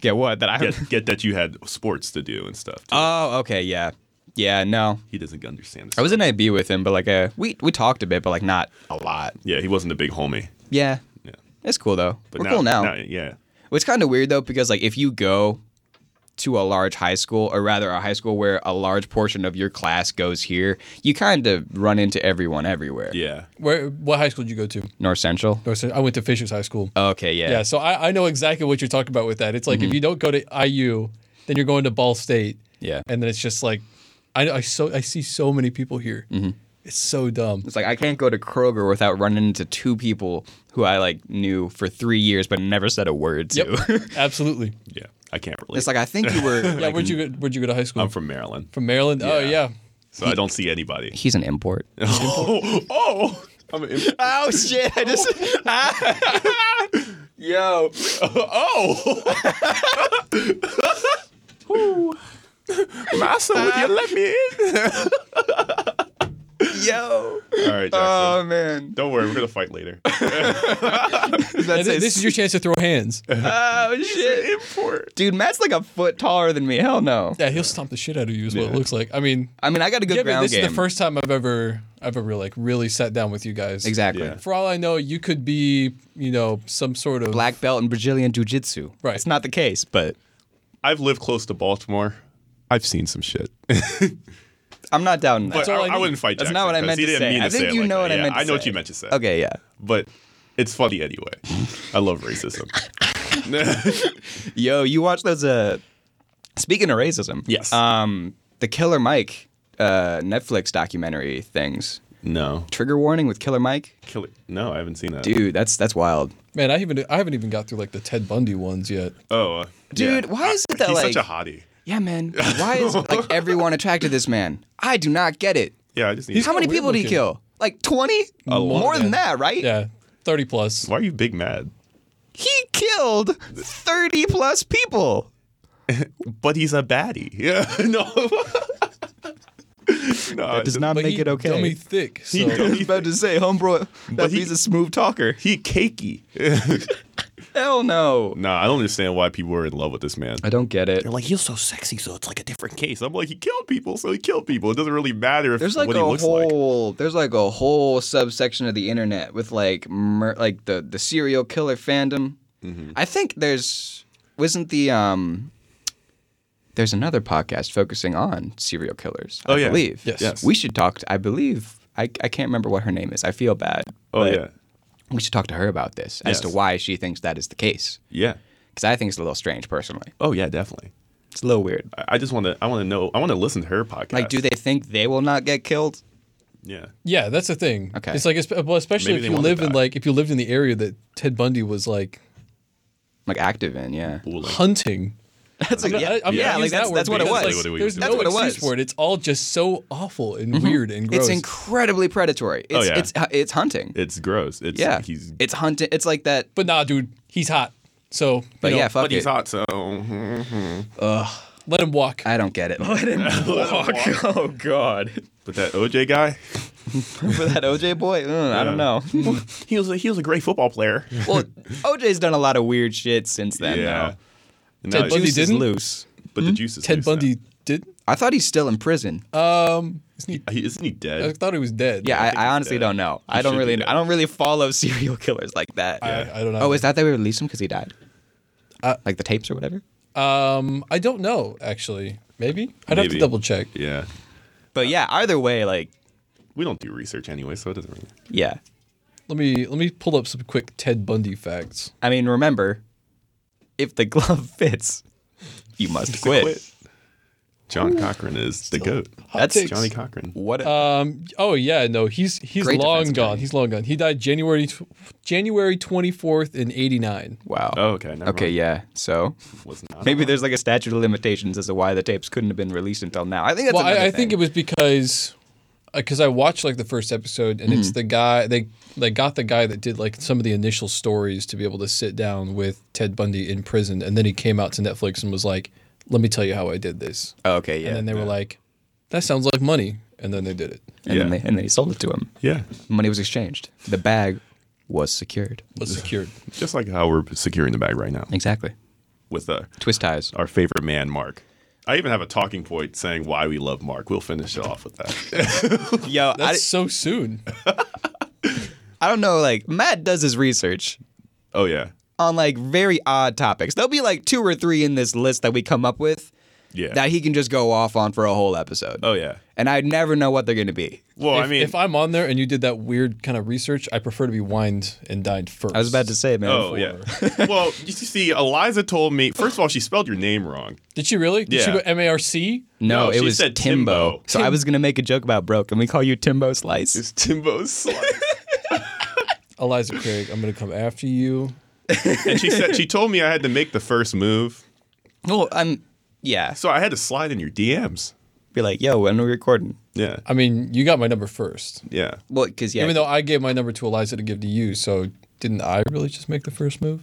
[SPEAKER 1] Get what? That I
[SPEAKER 2] Get, get that you had sports to do and stuff. too.
[SPEAKER 1] Oh, okay, yeah, yeah. No,
[SPEAKER 2] he doesn't understand.
[SPEAKER 1] I
[SPEAKER 2] This.
[SPEAKER 1] was in IB with him, but like uh, we we talked a bit, but like not a lot.
[SPEAKER 2] yeah, he wasn't a big homie.
[SPEAKER 1] Yeah,
[SPEAKER 2] Yeah,
[SPEAKER 1] it's cool though.
[SPEAKER 2] but
[SPEAKER 1] We're
[SPEAKER 2] now,
[SPEAKER 1] cool now.
[SPEAKER 2] yeah,
[SPEAKER 1] It's kind of weird though because like if you go to a large high school, or rather a high school where a large portion of your class goes here, you kind of run into everyone everywhere.
[SPEAKER 2] yeah.
[SPEAKER 3] where. What high school did you go to?
[SPEAKER 1] North Central.
[SPEAKER 3] North Cen- I went to Fisher's High School.
[SPEAKER 1] Okay, yeah.
[SPEAKER 3] Yeah, so I, I know exactly what you're talking about with that. It's like
[SPEAKER 1] Mm-hmm.
[SPEAKER 3] if you don't go to IU, then you're going to Ball State.
[SPEAKER 1] Yeah.
[SPEAKER 3] and then it's just like I, I so I see so many people here.
[SPEAKER 1] Mm-hmm.
[SPEAKER 3] It's so dumb.
[SPEAKER 1] It's like I can't go to Kroger without running into two people who I like knew for three years but never said a word to.
[SPEAKER 3] absolutely.
[SPEAKER 2] Yeah, I can't relate.
[SPEAKER 1] it's like I think you were.
[SPEAKER 3] Yeah,
[SPEAKER 1] Like,
[SPEAKER 3] where'd you go, where'd you go to high school?
[SPEAKER 2] I'm from Maryland,
[SPEAKER 3] from Maryland. Oh yeah,
[SPEAKER 2] so I don't see anybody.
[SPEAKER 1] he's an import.
[SPEAKER 2] oh, oh, I'm an imp-
[SPEAKER 1] Oh shit! I just. Yo,
[SPEAKER 2] oh. Massa, would you let me in?
[SPEAKER 1] yo.
[SPEAKER 2] All right, Jackson.
[SPEAKER 1] Oh man.
[SPEAKER 2] Um, don't worry, we're gonna fight later.
[SPEAKER 1] That's
[SPEAKER 3] And thi- this is your chance to throw hands.
[SPEAKER 1] Oh shit.
[SPEAKER 2] Import.
[SPEAKER 1] Dude, Matt's like a foot taller than me. Hell no.
[SPEAKER 3] Yeah, he'll stomp the shit out of you. Is what it looks like. I mean,
[SPEAKER 1] I mean, I got a good
[SPEAKER 3] yeah, but
[SPEAKER 1] ground
[SPEAKER 3] this
[SPEAKER 1] game.
[SPEAKER 3] is the first time I've ever I've ever like really sat down with you guys.
[SPEAKER 1] Exactly.
[SPEAKER 2] Yeah.
[SPEAKER 3] For all I know, you could be you know some sort of
[SPEAKER 1] Black belt in Brazilian jiu-jitsu.
[SPEAKER 3] Right.
[SPEAKER 1] It's not the case, but
[SPEAKER 2] I've lived close to Baltimore. I've seen some shit.
[SPEAKER 1] I'm not doubting that.
[SPEAKER 2] But
[SPEAKER 3] That's all
[SPEAKER 2] I,
[SPEAKER 3] I
[SPEAKER 2] I
[SPEAKER 3] need.
[SPEAKER 2] wouldn't fight
[SPEAKER 1] That's
[SPEAKER 2] Jackson.
[SPEAKER 1] not what I
[SPEAKER 2] 'cause
[SPEAKER 1] meant
[SPEAKER 2] he
[SPEAKER 1] to
[SPEAKER 2] didn't
[SPEAKER 1] say.
[SPEAKER 2] mean
[SPEAKER 1] I think
[SPEAKER 2] say it
[SPEAKER 1] you
[SPEAKER 2] like
[SPEAKER 1] know
[SPEAKER 2] that.
[SPEAKER 1] what I
[SPEAKER 2] Yeah,
[SPEAKER 1] meant to
[SPEAKER 2] I know what
[SPEAKER 1] say.
[SPEAKER 2] you meant to say.
[SPEAKER 1] okay, yeah.
[SPEAKER 2] But it's funny anyway. I love racism.
[SPEAKER 1] Yo, you watch those? Uh, speaking of racism,
[SPEAKER 2] Yes.
[SPEAKER 1] Um, the Killer Mike uh, Netflix documentary things.
[SPEAKER 2] no.
[SPEAKER 1] Trigger warning with Killer Mike,
[SPEAKER 2] Killer. No, I haven't seen that.
[SPEAKER 1] dude. That's that's wild,
[SPEAKER 3] man. I even I haven't even got through like the Ted Bundy ones yet.
[SPEAKER 2] Oh. uh,
[SPEAKER 1] dude.
[SPEAKER 2] yeah.
[SPEAKER 1] Why is it that
[SPEAKER 2] He's
[SPEAKER 1] like,
[SPEAKER 2] such a hottie.
[SPEAKER 1] yeah, man? Why is like everyone attracted to this man? I do not get it.
[SPEAKER 2] Yeah, I just need
[SPEAKER 1] How many
[SPEAKER 3] kinda weird
[SPEAKER 1] people did he
[SPEAKER 3] looking.
[SPEAKER 1] kill? Like twenty? More than that, right?
[SPEAKER 3] Yeah, thirty plus.
[SPEAKER 2] Why are you big mad?
[SPEAKER 1] He killed thirty plus people.
[SPEAKER 2] But he's a baddie. Yeah. No. no I just-
[SPEAKER 1] not
[SPEAKER 3] But he Dummy thick. So.
[SPEAKER 2] He dumb-
[SPEAKER 1] I was about to say, homebro, that
[SPEAKER 2] he-
[SPEAKER 1] he's a smooth talker.
[SPEAKER 2] He cakey.
[SPEAKER 1] Hell no.
[SPEAKER 2] no, I don't understand why people are in love with this man.
[SPEAKER 1] I don't get it.
[SPEAKER 2] They're like, he's so sexy, so it's like a different case. I'm like, he killed people, so he killed people. It doesn't really matter if
[SPEAKER 1] There's like
[SPEAKER 2] what
[SPEAKER 1] a
[SPEAKER 2] he looks like.
[SPEAKER 1] whole there's like a whole subsection of the internet with like mer- like the the serial killer fandom.
[SPEAKER 2] Mm-hmm.
[SPEAKER 1] I think there's wasn't the um there's another podcast focusing on serial killers.
[SPEAKER 2] Oh,
[SPEAKER 1] I
[SPEAKER 2] yeah.
[SPEAKER 1] believe.
[SPEAKER 3] Yes. Yes.
[SPEAKER 1] We should talk. To, I believe I I can't remember what her name is. I feel bad.
[SPEAKER 2] Oh
[SPEAKER 1] but
[SPEAKER 2] yeah,
[SPEAKER 1] We should talk to her about this as to
[SPEAKER 2] Yes.
[SPEAKER 1] why she thinks that is the case.
[SPEAKER 2] yeah.
[SPEAKER 1] Because I think it's a little strange personally.
[SPEAKER 2] Oh yeah, definitely.
[SPEAKER 1] It's a little weird.
[SPEAKER 2] I, I just want to. I want to know. I want to listen to her podcast.
[SPEAKER 1] Like, do they think they will not get killed?
[SPEAKER 2] Yeah.
[SPEAKER 3] Yeah, that's the thing.
[SPEAKER 1] Okay.
[SPEAKER 3] It's like, it's- well, especially
[SPEAKER 2] Maybe they
[SPEAKER 3] if you
[SPEAKER 2] wanted
[SPEAKER 3] live in
[SPEAKER 2] that.
[SPEAKER 3] like if you lived in the area that Ted Bundy was like
[SPEAKER 1] Like, active in, yeah.
[SPEAKER 2] Well, like,
[SPEAKER 3] hunting.
[SPEAKER 1] That's like,
[SPEAKER 3] I- I'm
[SPEAKER 1] yeah,
[SPEAKER 3] gonna
[SPEAKER 1] like
[SPEAKER 3] use that
[SPEAKER 1] that's,
[SPEAKER 3] word
[SPEAKER 1] that's what it was.
[SPEAKER 3] because,
[SPEAKER 2] like, That's what it
[SPEAKER 3] there's
[SPEAKER 1] That's
[SPEAKER 3] no
[SPEAKER 1] what it
[SPEAKER 3] excuse
[SPEAKER 1] was. Mm-hmm.
[SPEAKER 3] for it. It's all just so awful and weird and gross.
[SPEAKER 1] It's incredibly predatory. It's,
[SPEAKER 2] yeah.
[SPEAKER 1] it's uh, it's hunting.
[SPEAKER 2] it's gross. It's
[SPEAKER 1] yeah,
[SPEAKER 2] He's
[SPEAKER 1] it's hunting. It's like that.
[SPEAKER 3] but nah, dude, he's hot. So, you
[SPEAKER 1] But
[SPEAKER 3] know,
[SPEAKER 1] yeah, fuck
[SPEAKER 2] but he's
[SPEAKER 1] it.
[SPEAKER 2] hot. So
[SPEAKER 3] Let him walk.
[SPEAKER 1] I don't get it. Let him walk. Oh God.
[SPEAKER 2] But that OJ guy,
[SPEAKER 1] For that OJ boy, mm, I don't know.
[SPEAKER 2] he was a, he was a great football player.
[SPEAKER 1] well, OJ's done a lot of weird shit since then.
[SPEAKER 2] yeah.
[SPEAKER 1] though.
[SPEAKER 2] And
[SPEAKER 3] Ted
[SPEAKER 2] now the
[SPEAKER 3] Bundy
[SPEAKER 2] juice is
[SPEAKER 3] didn't?
[SPEAKER 2] loose, but the juice is
[SPEAKER 3] Ted
[SPEAKER 2] loose
[SPEAKER 3] Bundy did.
[SPEAKER 1] I thought he's still in prison.
[SPEAKER 3] Um, isn't he-
[SPEAKER 2] now. He- Isn't he
[SPEAKER 3] I
[SPEAKER 2] dead?
[SPEAKER 3] thought he was dead.
[SPEAKER 1] yeah,
[SPEAKER 2] think
[SPEAKER 1] I, I
[SPEAKER 2] he's
[SPEAKER 1] honestly
[SPEAKER 2] dead.
[SPEAKER 1] don't know.
[SPEAKER 2] He
[SPEAKER 1] I don't
[SPEAKER 2] should be
[SPEAKER 1] really.
[SPEAKER 2] dead.
[SPEAKER 1] I don't really follow serial killers like that.
[SPEAKER 3] I, I don't know.
[SPEAKER 1] Oh, is that they released him because he died?
[SPEAKER 3] Uh,
[SPEAKER 1] like the tapes or whatever.
[SPEAKER 3] Um, I don't know actually. Maybe I'd have to
[SPEAKER 2] Maybe.
[SPEAKER 3] double check.
[SPEAKER 2] Yeah.
[SPEAKER 1] But
[SPEAKER 2] Uh,
[SPEAKER 1] yeah, either way, like
[SPEAKER 2] We don't do research anyway, so it doesn't really.
[SPEAKER 1] yeah.
[SPEAKER 3] Let me let me pull up some quick Ted Bundy facts.
[SPEAKER 1] I mean, remember, if the glove fits, you must quit.
[SPEAKER 2] John Cochran is the goat.
[SPEAKER 1] That's
[SPEAKER 3] takes.
[SPEAKER 2] Johnny Cochran.
[SPEAKER 1] What? A,
[SPEAKER 3] Um, oh yeah, no, he's he's
[SPEAKER 1] Great
[SPEAKER 3] long
[SPEAKER 1] defense
[SPEAKER 3] gone.
[SPEAKER 1] attorney.
[SPEAKER 3] He's long gone. He died January tw- January twenty fourth in eighty nine.
[SPEAKER 1] wow.
[SPEAKER 2] Oh, okay. Never
[SPEAKER 1] Okay,
[SPEAKER 2] mind.
[SPEAKER 1] yeah. So
[SPEAKER 2] Was not
[SPEAKER 1] maybe there's like a statute of limitations as to why the tapes couldn't have been released until now. I think that's.
[SPEAKER 3] Well,
[SPEAKER 1] another
[SPEAKER 3] I, I think
[SPEAKER 1] thing.
[SPEAKER 3] it was because because I watched like the first episode, and
[SPEAKER 1] Mm.
[SPEAKER 3] it's the guy they they got the guy that did like some of the initial stories to be able to sit down with Ted Bundy in prison, and then he came out to Netflix and was like, "Let me tell you how I did this,"
[SPEAKER 1] Oh, okay, yeah.
[SPEAKER 3] and then they were like, "That sounds like money," and then they did it.
[SPEAKER 1] and, then
[SPEAKER 2] Yeah.
[SPEAKER 1] they, and then he sold it to him.
[SPEAKER 2] Yeah.
[SPEAKER 1] Money was exchanged. The bag was secured.
[SPEAKER 3] Was secured.
[SPEAKER 2] Just like how we're securing the bag right now
[SPEAKER 1] Exactly.
[SPEAKER 2] with uh,
[SPEAKER 1] Twist ties.
[SPEAKER 2] our favorite man, Mark. I even have a talking point saying why we love Mark. We'll finish it off with that.
[SPEAKER 1] Yo, I,
[SPEAKER 3] That's so soon.
[SPEAKER 1] I don't know. Like Matt does his research
[SPEAKER 2] oh, yeah.
[SPEAKER 1] on like very odd topics. There'll be like two or three in this list that we come up with
[SPEAKER 2] Yeah.
[SPEAKER 1] that he can just go off on for a whole episode.
[SPEAKER 2] oh, yeah.
[SPEAKER 1] And I never know what they're going to be.
[SPEAKER 2] Well,
[SPEAKER 3] if,
[SPEAKER 2] I mean,
[SPEAKER 3] if I'm on there and you did that weird kind of research, I prefer to be wined and dined first.
[SPEAKER 1] I was about to say, man.
[SPEAKER 2] oh, yeah. well, you see, Eliza told me, first of all, she spelled your name wrong.
[SPEAKER 3] Did she really? Did she
[SPEAKER 2] Yeah.
[SPEAKER 3] go M A R C?
[SPEAKER 1] No,
[SPEAKER 2] No,
[SPEAKER 1] it
[SPEAKER 2] she
[SPEAKER 1] was
[SPEAKER 2] said
[SPEAKER 1] Timbo.
[SPEAKER 2] Timbo.
[SPEAKER 1] So I was going to make a joke about, bro, can we call you Timbo Slice?
[SPEAKER 2] It's Timbo's slice.
[SPEAKER 3] Eliza Craig, I'm going to come after you.
[SPEAKER 2] and she said, she told me I had to make the first move.
[SPEAKER 1] well, I'm, yeah.
[SPEAKER 2] So I had to slide in your DMs.
[SPEAKER 1] Be like, yo, when are we recording?
[SPEAKER 2] Yeah.
[SPEAKER 3] I mean, you got my number first.
[SPEAKER 2] Yeah.
[SPEAKER 1] Well, because, yeah.
[SPEAKER 3] Even though I gave my number to Eliza to give to you, so didn't I really just make the first move?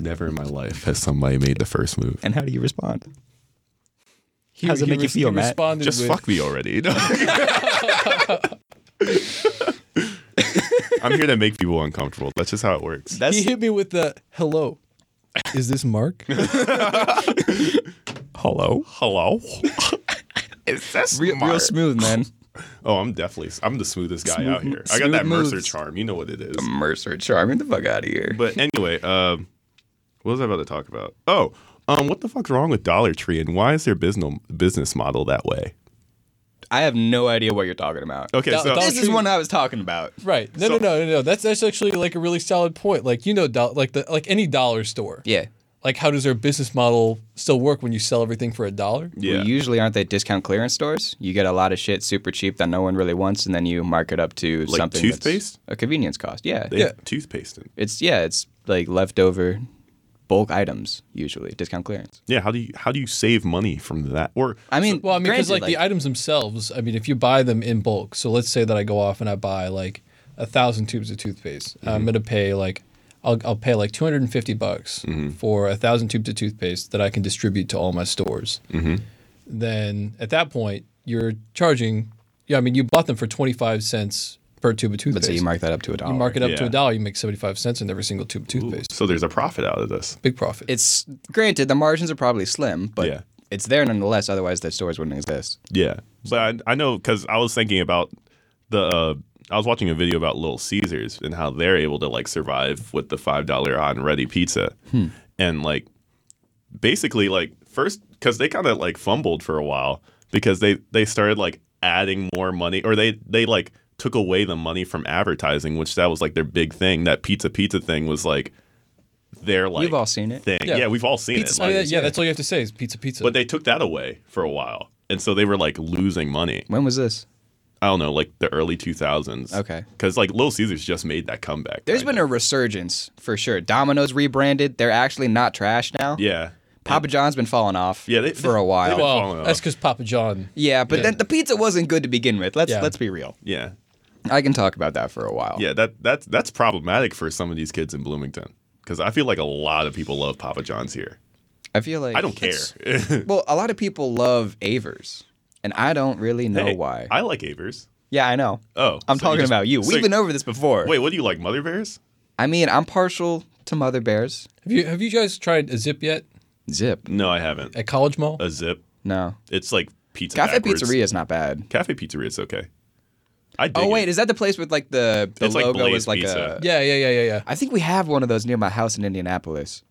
[SPEAKER 2] Never in my life has somebody made the first move.
[SPEAKER 1] and how do you respond?
[SPEAKER 3] He,
[SPEAKER 1] How's it
[SPEAKER 3] he
[SPEAKER 1] make you
[SPEAKER 3] res-
[SPEAKER 1] feel,
[SPEAKER 3] he
[SPEAKER 1] Matt?
[SPEAKER 3] Responded
[SPEAKER 2] Just
[SPEAKER 3] with,
[SPEAKER 2] fuck me already. No. I'm here to make people uncomfortable. That's just how it works.
[SPEAKER 1] That's
[SPEAKER 3] He hit me with the hello. Is this Mark?
[SPEAKER 1] hello.
[SPEAKER 2] Hello? Is this
[SPEAKER 1] Real, real smooth, man.
[SPEAKER 2] Oh, I'm definitely I'm the smoothest guy out here. I
[SPEAKER 1] smooth
[SPEAKER 2] got that Mercer
[SPEAKER 1] moves.
[SPEAKER 2] charm. You know what it is.
[SPEAKER 1] Mercer charming the fuck out of here.
[SPEAKER 2] But anyway, um, what was I about to talk about? Oh, um, what the fuck's wrong with Dollar Tree and why is their business business model that way?
[SPEAKER 1] I have no idea what you're talking about.
[SPEAKER 2] Okay,
[SPEAKER 3] Dol-
[SPEAKER 2] so
[SPEAKER 3] Dollar
[SPEAKER 1] This is
[SPEAKER 3] Tree-
[SPEAKER 1] one I was talking about.
[SPEAKER 3] right. No,
[SPEAKER 2] So-
[SPEAKER 3] no, no, no, no. That's that's actually like a really solid point. Like you know, doll like the like any dollar store.
[SPEAKER 1] Yeah.
[SPEAKER 3] Like how does their business model still work when you sell everything for a dollar?
[SPEAKER 2] yeah,
[SPEAKER 1] Well, usually aren't they discount clearance stores? You get a lot of shit super cheap that no one really wants, and then you mark it up to
[SPEAKER 2] Like
[SPEAKER 1] something
[SPEAKER 2] toothpaste?
[SPEAKER 1] that's a convenience cost. Yeah,
[SPEAKER 2] they
[SPEAKER 3] yeah.
[SPEAKER 2] have toothpaste in.
[SPEAKER 1] it's yeah, it's like leftover bulk items usually discount clearance.
[SPEAKER 2] Yeah, how do you how do you save money from that? Or
[SPEAKER 1] I mean,
[SPEAKER 3] Well, I mean, because
[SPEAKER 1] granted,
[SPEAKER 3] like, the items themselves, I mean, if you buy them in bulk, so let's say that I go off and I buy like a thousand tubes of toothpaste, I'm gonna pay like, I'll, I'll pay like 250 bucks for a thousand tubes of toothpaste that I can distribute to all my stores. Then at that point, you're charging. Yeah, I mean, you bought them for 25 cents per tube of
[SPEAKER 1] let's
[SPEAKER 3] toothpaste.
[SPEAKER 1] say you mark that up to a dollar.
[SPEAKER 3] You mark it up to
[SPEAKER 2] Yeah.
[SPEAKER 3] a dollar, you make 75 cents in every single tube of toothpaste.
[SPEAKER 2] so there's a profit out of this.
[SPEAKER 3] Big profit.
[SPEAKER 1] It's granted the margins are probably slim, but
[SPEAKER 2] Yeah.
[SPEAKER 1] it's there nonetheless. Otherwise, the stores wouldn't exist.
[SPEAKER 2] Yeah, but I, I know because I was thinking about the. Uh, I was watching a video about Little Caesars and how they're able to like survive with the five dollar hot and ready pizza, and like basically like first because they kind of like fumbled for a while because they they started like adding more money or they they like took away the money from advertising, which that was like their big thing. That pizza pizza thing was like their like
[SPEAKER 1] We've all seen it.
[SPEAKER 2] thing. Yeah,
[SPEAKER 3] Yeah.
[SPEAKER 2] we've all seen
[SPEAKER 3] pizza,
[SPEAKER 2] it. Like,
[SPEAKER 3] yeah, that's all you have to say is pizza, pizza.
[SPEAKER 2] But they took that away for a while, and so they were like losing money.
[SPEAKER 1] When was this?
[SPEAKER 2] I don't know, like the early 2000s.
[SPEAKER 1] Okay.
[SPEAKER 2] Because like Little Caesars just made that comeback.
[SPEAKER 1] There's
[SPEAKER 2] There's
[SPEAKER 1] been a resurgence for sure. Domino's rebranded. They're actually not trash now.
[SPEAKER 2] yeah.
[SPEAKER 1] Papa John's been falling off.
[SPEAKER 2] Yeah, they-
[SPEAKER 1] for a
[SPEAKER 2] they-
[SPEAKER 1] while.
[SPEAKER 2] they-
[SPEAKER 3] well,
[SPEAKER 2] falling off.
[SPEAKER 3] that's because Papa John.
[SPEAKER 1] Yeah, but then the pizza wasn't good to begin with. Let's
[SPEAKER 3] Yeah.
[SPEAKER 1] let's be real.
[SPEAKER 2] Yeah.
[SPEAKER 1] I can talk about that for a while.
[SPEAKER 2] Yeah, that that's that's problematic for some of these kids in Bloomington cuz I feel like a lot of people love Papa John's here.
[SPEAKER 1] I feel like
[SPEAKER 2] I don't care.
[SPEAKER 1] Well, a lot of people love Avers, and I don't really know
[SPEAKER 2] Hey,
[SPEAKER 1] oh, why.
[SPEAKER 2] I like Avers.
[SPEAKER 1] yeah, I know.
[SPEAKER 2] Oh,
[SPEAKER 1] I'm
[SPEAKER 2] so
[SPEAKER 1] talking
[SPEAKER 2] just-
[SPEAKER 1] about you.
[SPEAKER 2] so
[SPEAKER 1] We've been over this before.
[SPEAKER 2] Wait, what do you like, Mother Bears?
[SPEAKER 1] I mean, I'm partial to mother bears.
[SPEAKER 3] Have you have you guys tried a zip yet
[SPEAKER 1] Zip.
[SPEAKER 2] No, I haven't.
[SPEAKER 3] at College Mall?
[SPEAKER 2] A zip.
[SPEAKER 1] No.
[SPEAKER 2] It's like pizza.
[SPEAKER 1] Cafe
[SPEAKER 2] backwards.
[SPEAKER 1] Pizzeria is not bad.
[SPEAKER 2] Cafe Pizzeria. It's okay. I dig
[SPEAKER 1] Oh
[SPEAKER 2] it.
[SPEAKER 1] wait, is that the place with like the the
[SPEAKER 2] It's like
[SPEAKER 1] logo
[SPEAKER 2] Blaze
[SPEAKER 1] is like
[SPEAKER 2] Pizza.
[SPEAKER 1] a?
[SPEAKER 3] yeah, yeah, yeah, yeah, yeah.
[SPEAKER 1] I think we have one of those near my house in Indianapolis.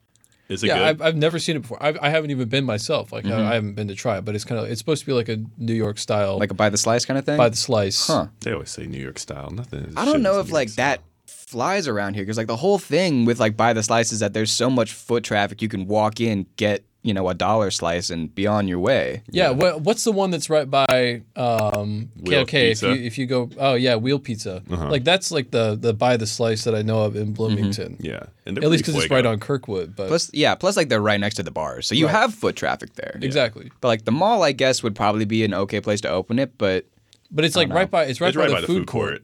[SPEAKER 2] Is it
[SPEAKER 3] Yeah,
[SPEAKER 2] good? Mm-hmm.
[SPEAKER 3] I've, I've never seen it before. I've, I haven't even been myself. Like I, I haven't been to try it, but it's kind of it's supposed to be like a New York style,
[SPEAKER 1] Like a by the slice kind of thing.
[SPEAKER 3] by the slice.
[SPEAKER 1] Huh.
[SPEAKER 2] They always say New York style. Nothing.
[SPEAKER 1] I don't know if like that flies around here because like the whole thing with like by the slice is that there's so much foot traffic you can walk in, get you know a dollar slice and be on your way.
[SPEAKER 3] Yeah. wha- what's the one that's right by um,
[SPEAKER 2] Wheel
[SPEAKER 3] KLK? If you,
[SPEAKER 2] Pizza. Uh-huh.
[SPEAKER 3] if you go, oh yeah, Wheel Pizza. Like that's like the the by the slice that I know of in Bloomington.
[SPEAKER 2] Mm-hmm. Yeah, and
[SPEAKER 3] At least because it's right on Kirkwood. But
[SPEAKER 1] Plus, yeah, plus like they're right next to the bar, so you have foot traffic there.
[SPEAKER 3] exactly.
[SPEAKER 1] But like the mall, I guess would probably be an okay place to open it, but
[SPEAKER 3] But it's like right by it's right,
[SPEAKER 2] It's
[SPEAKER 3] by,
[SPEAKER 2] right
[SPEAKER 3] the, food court,
[SPEAKER 2] court.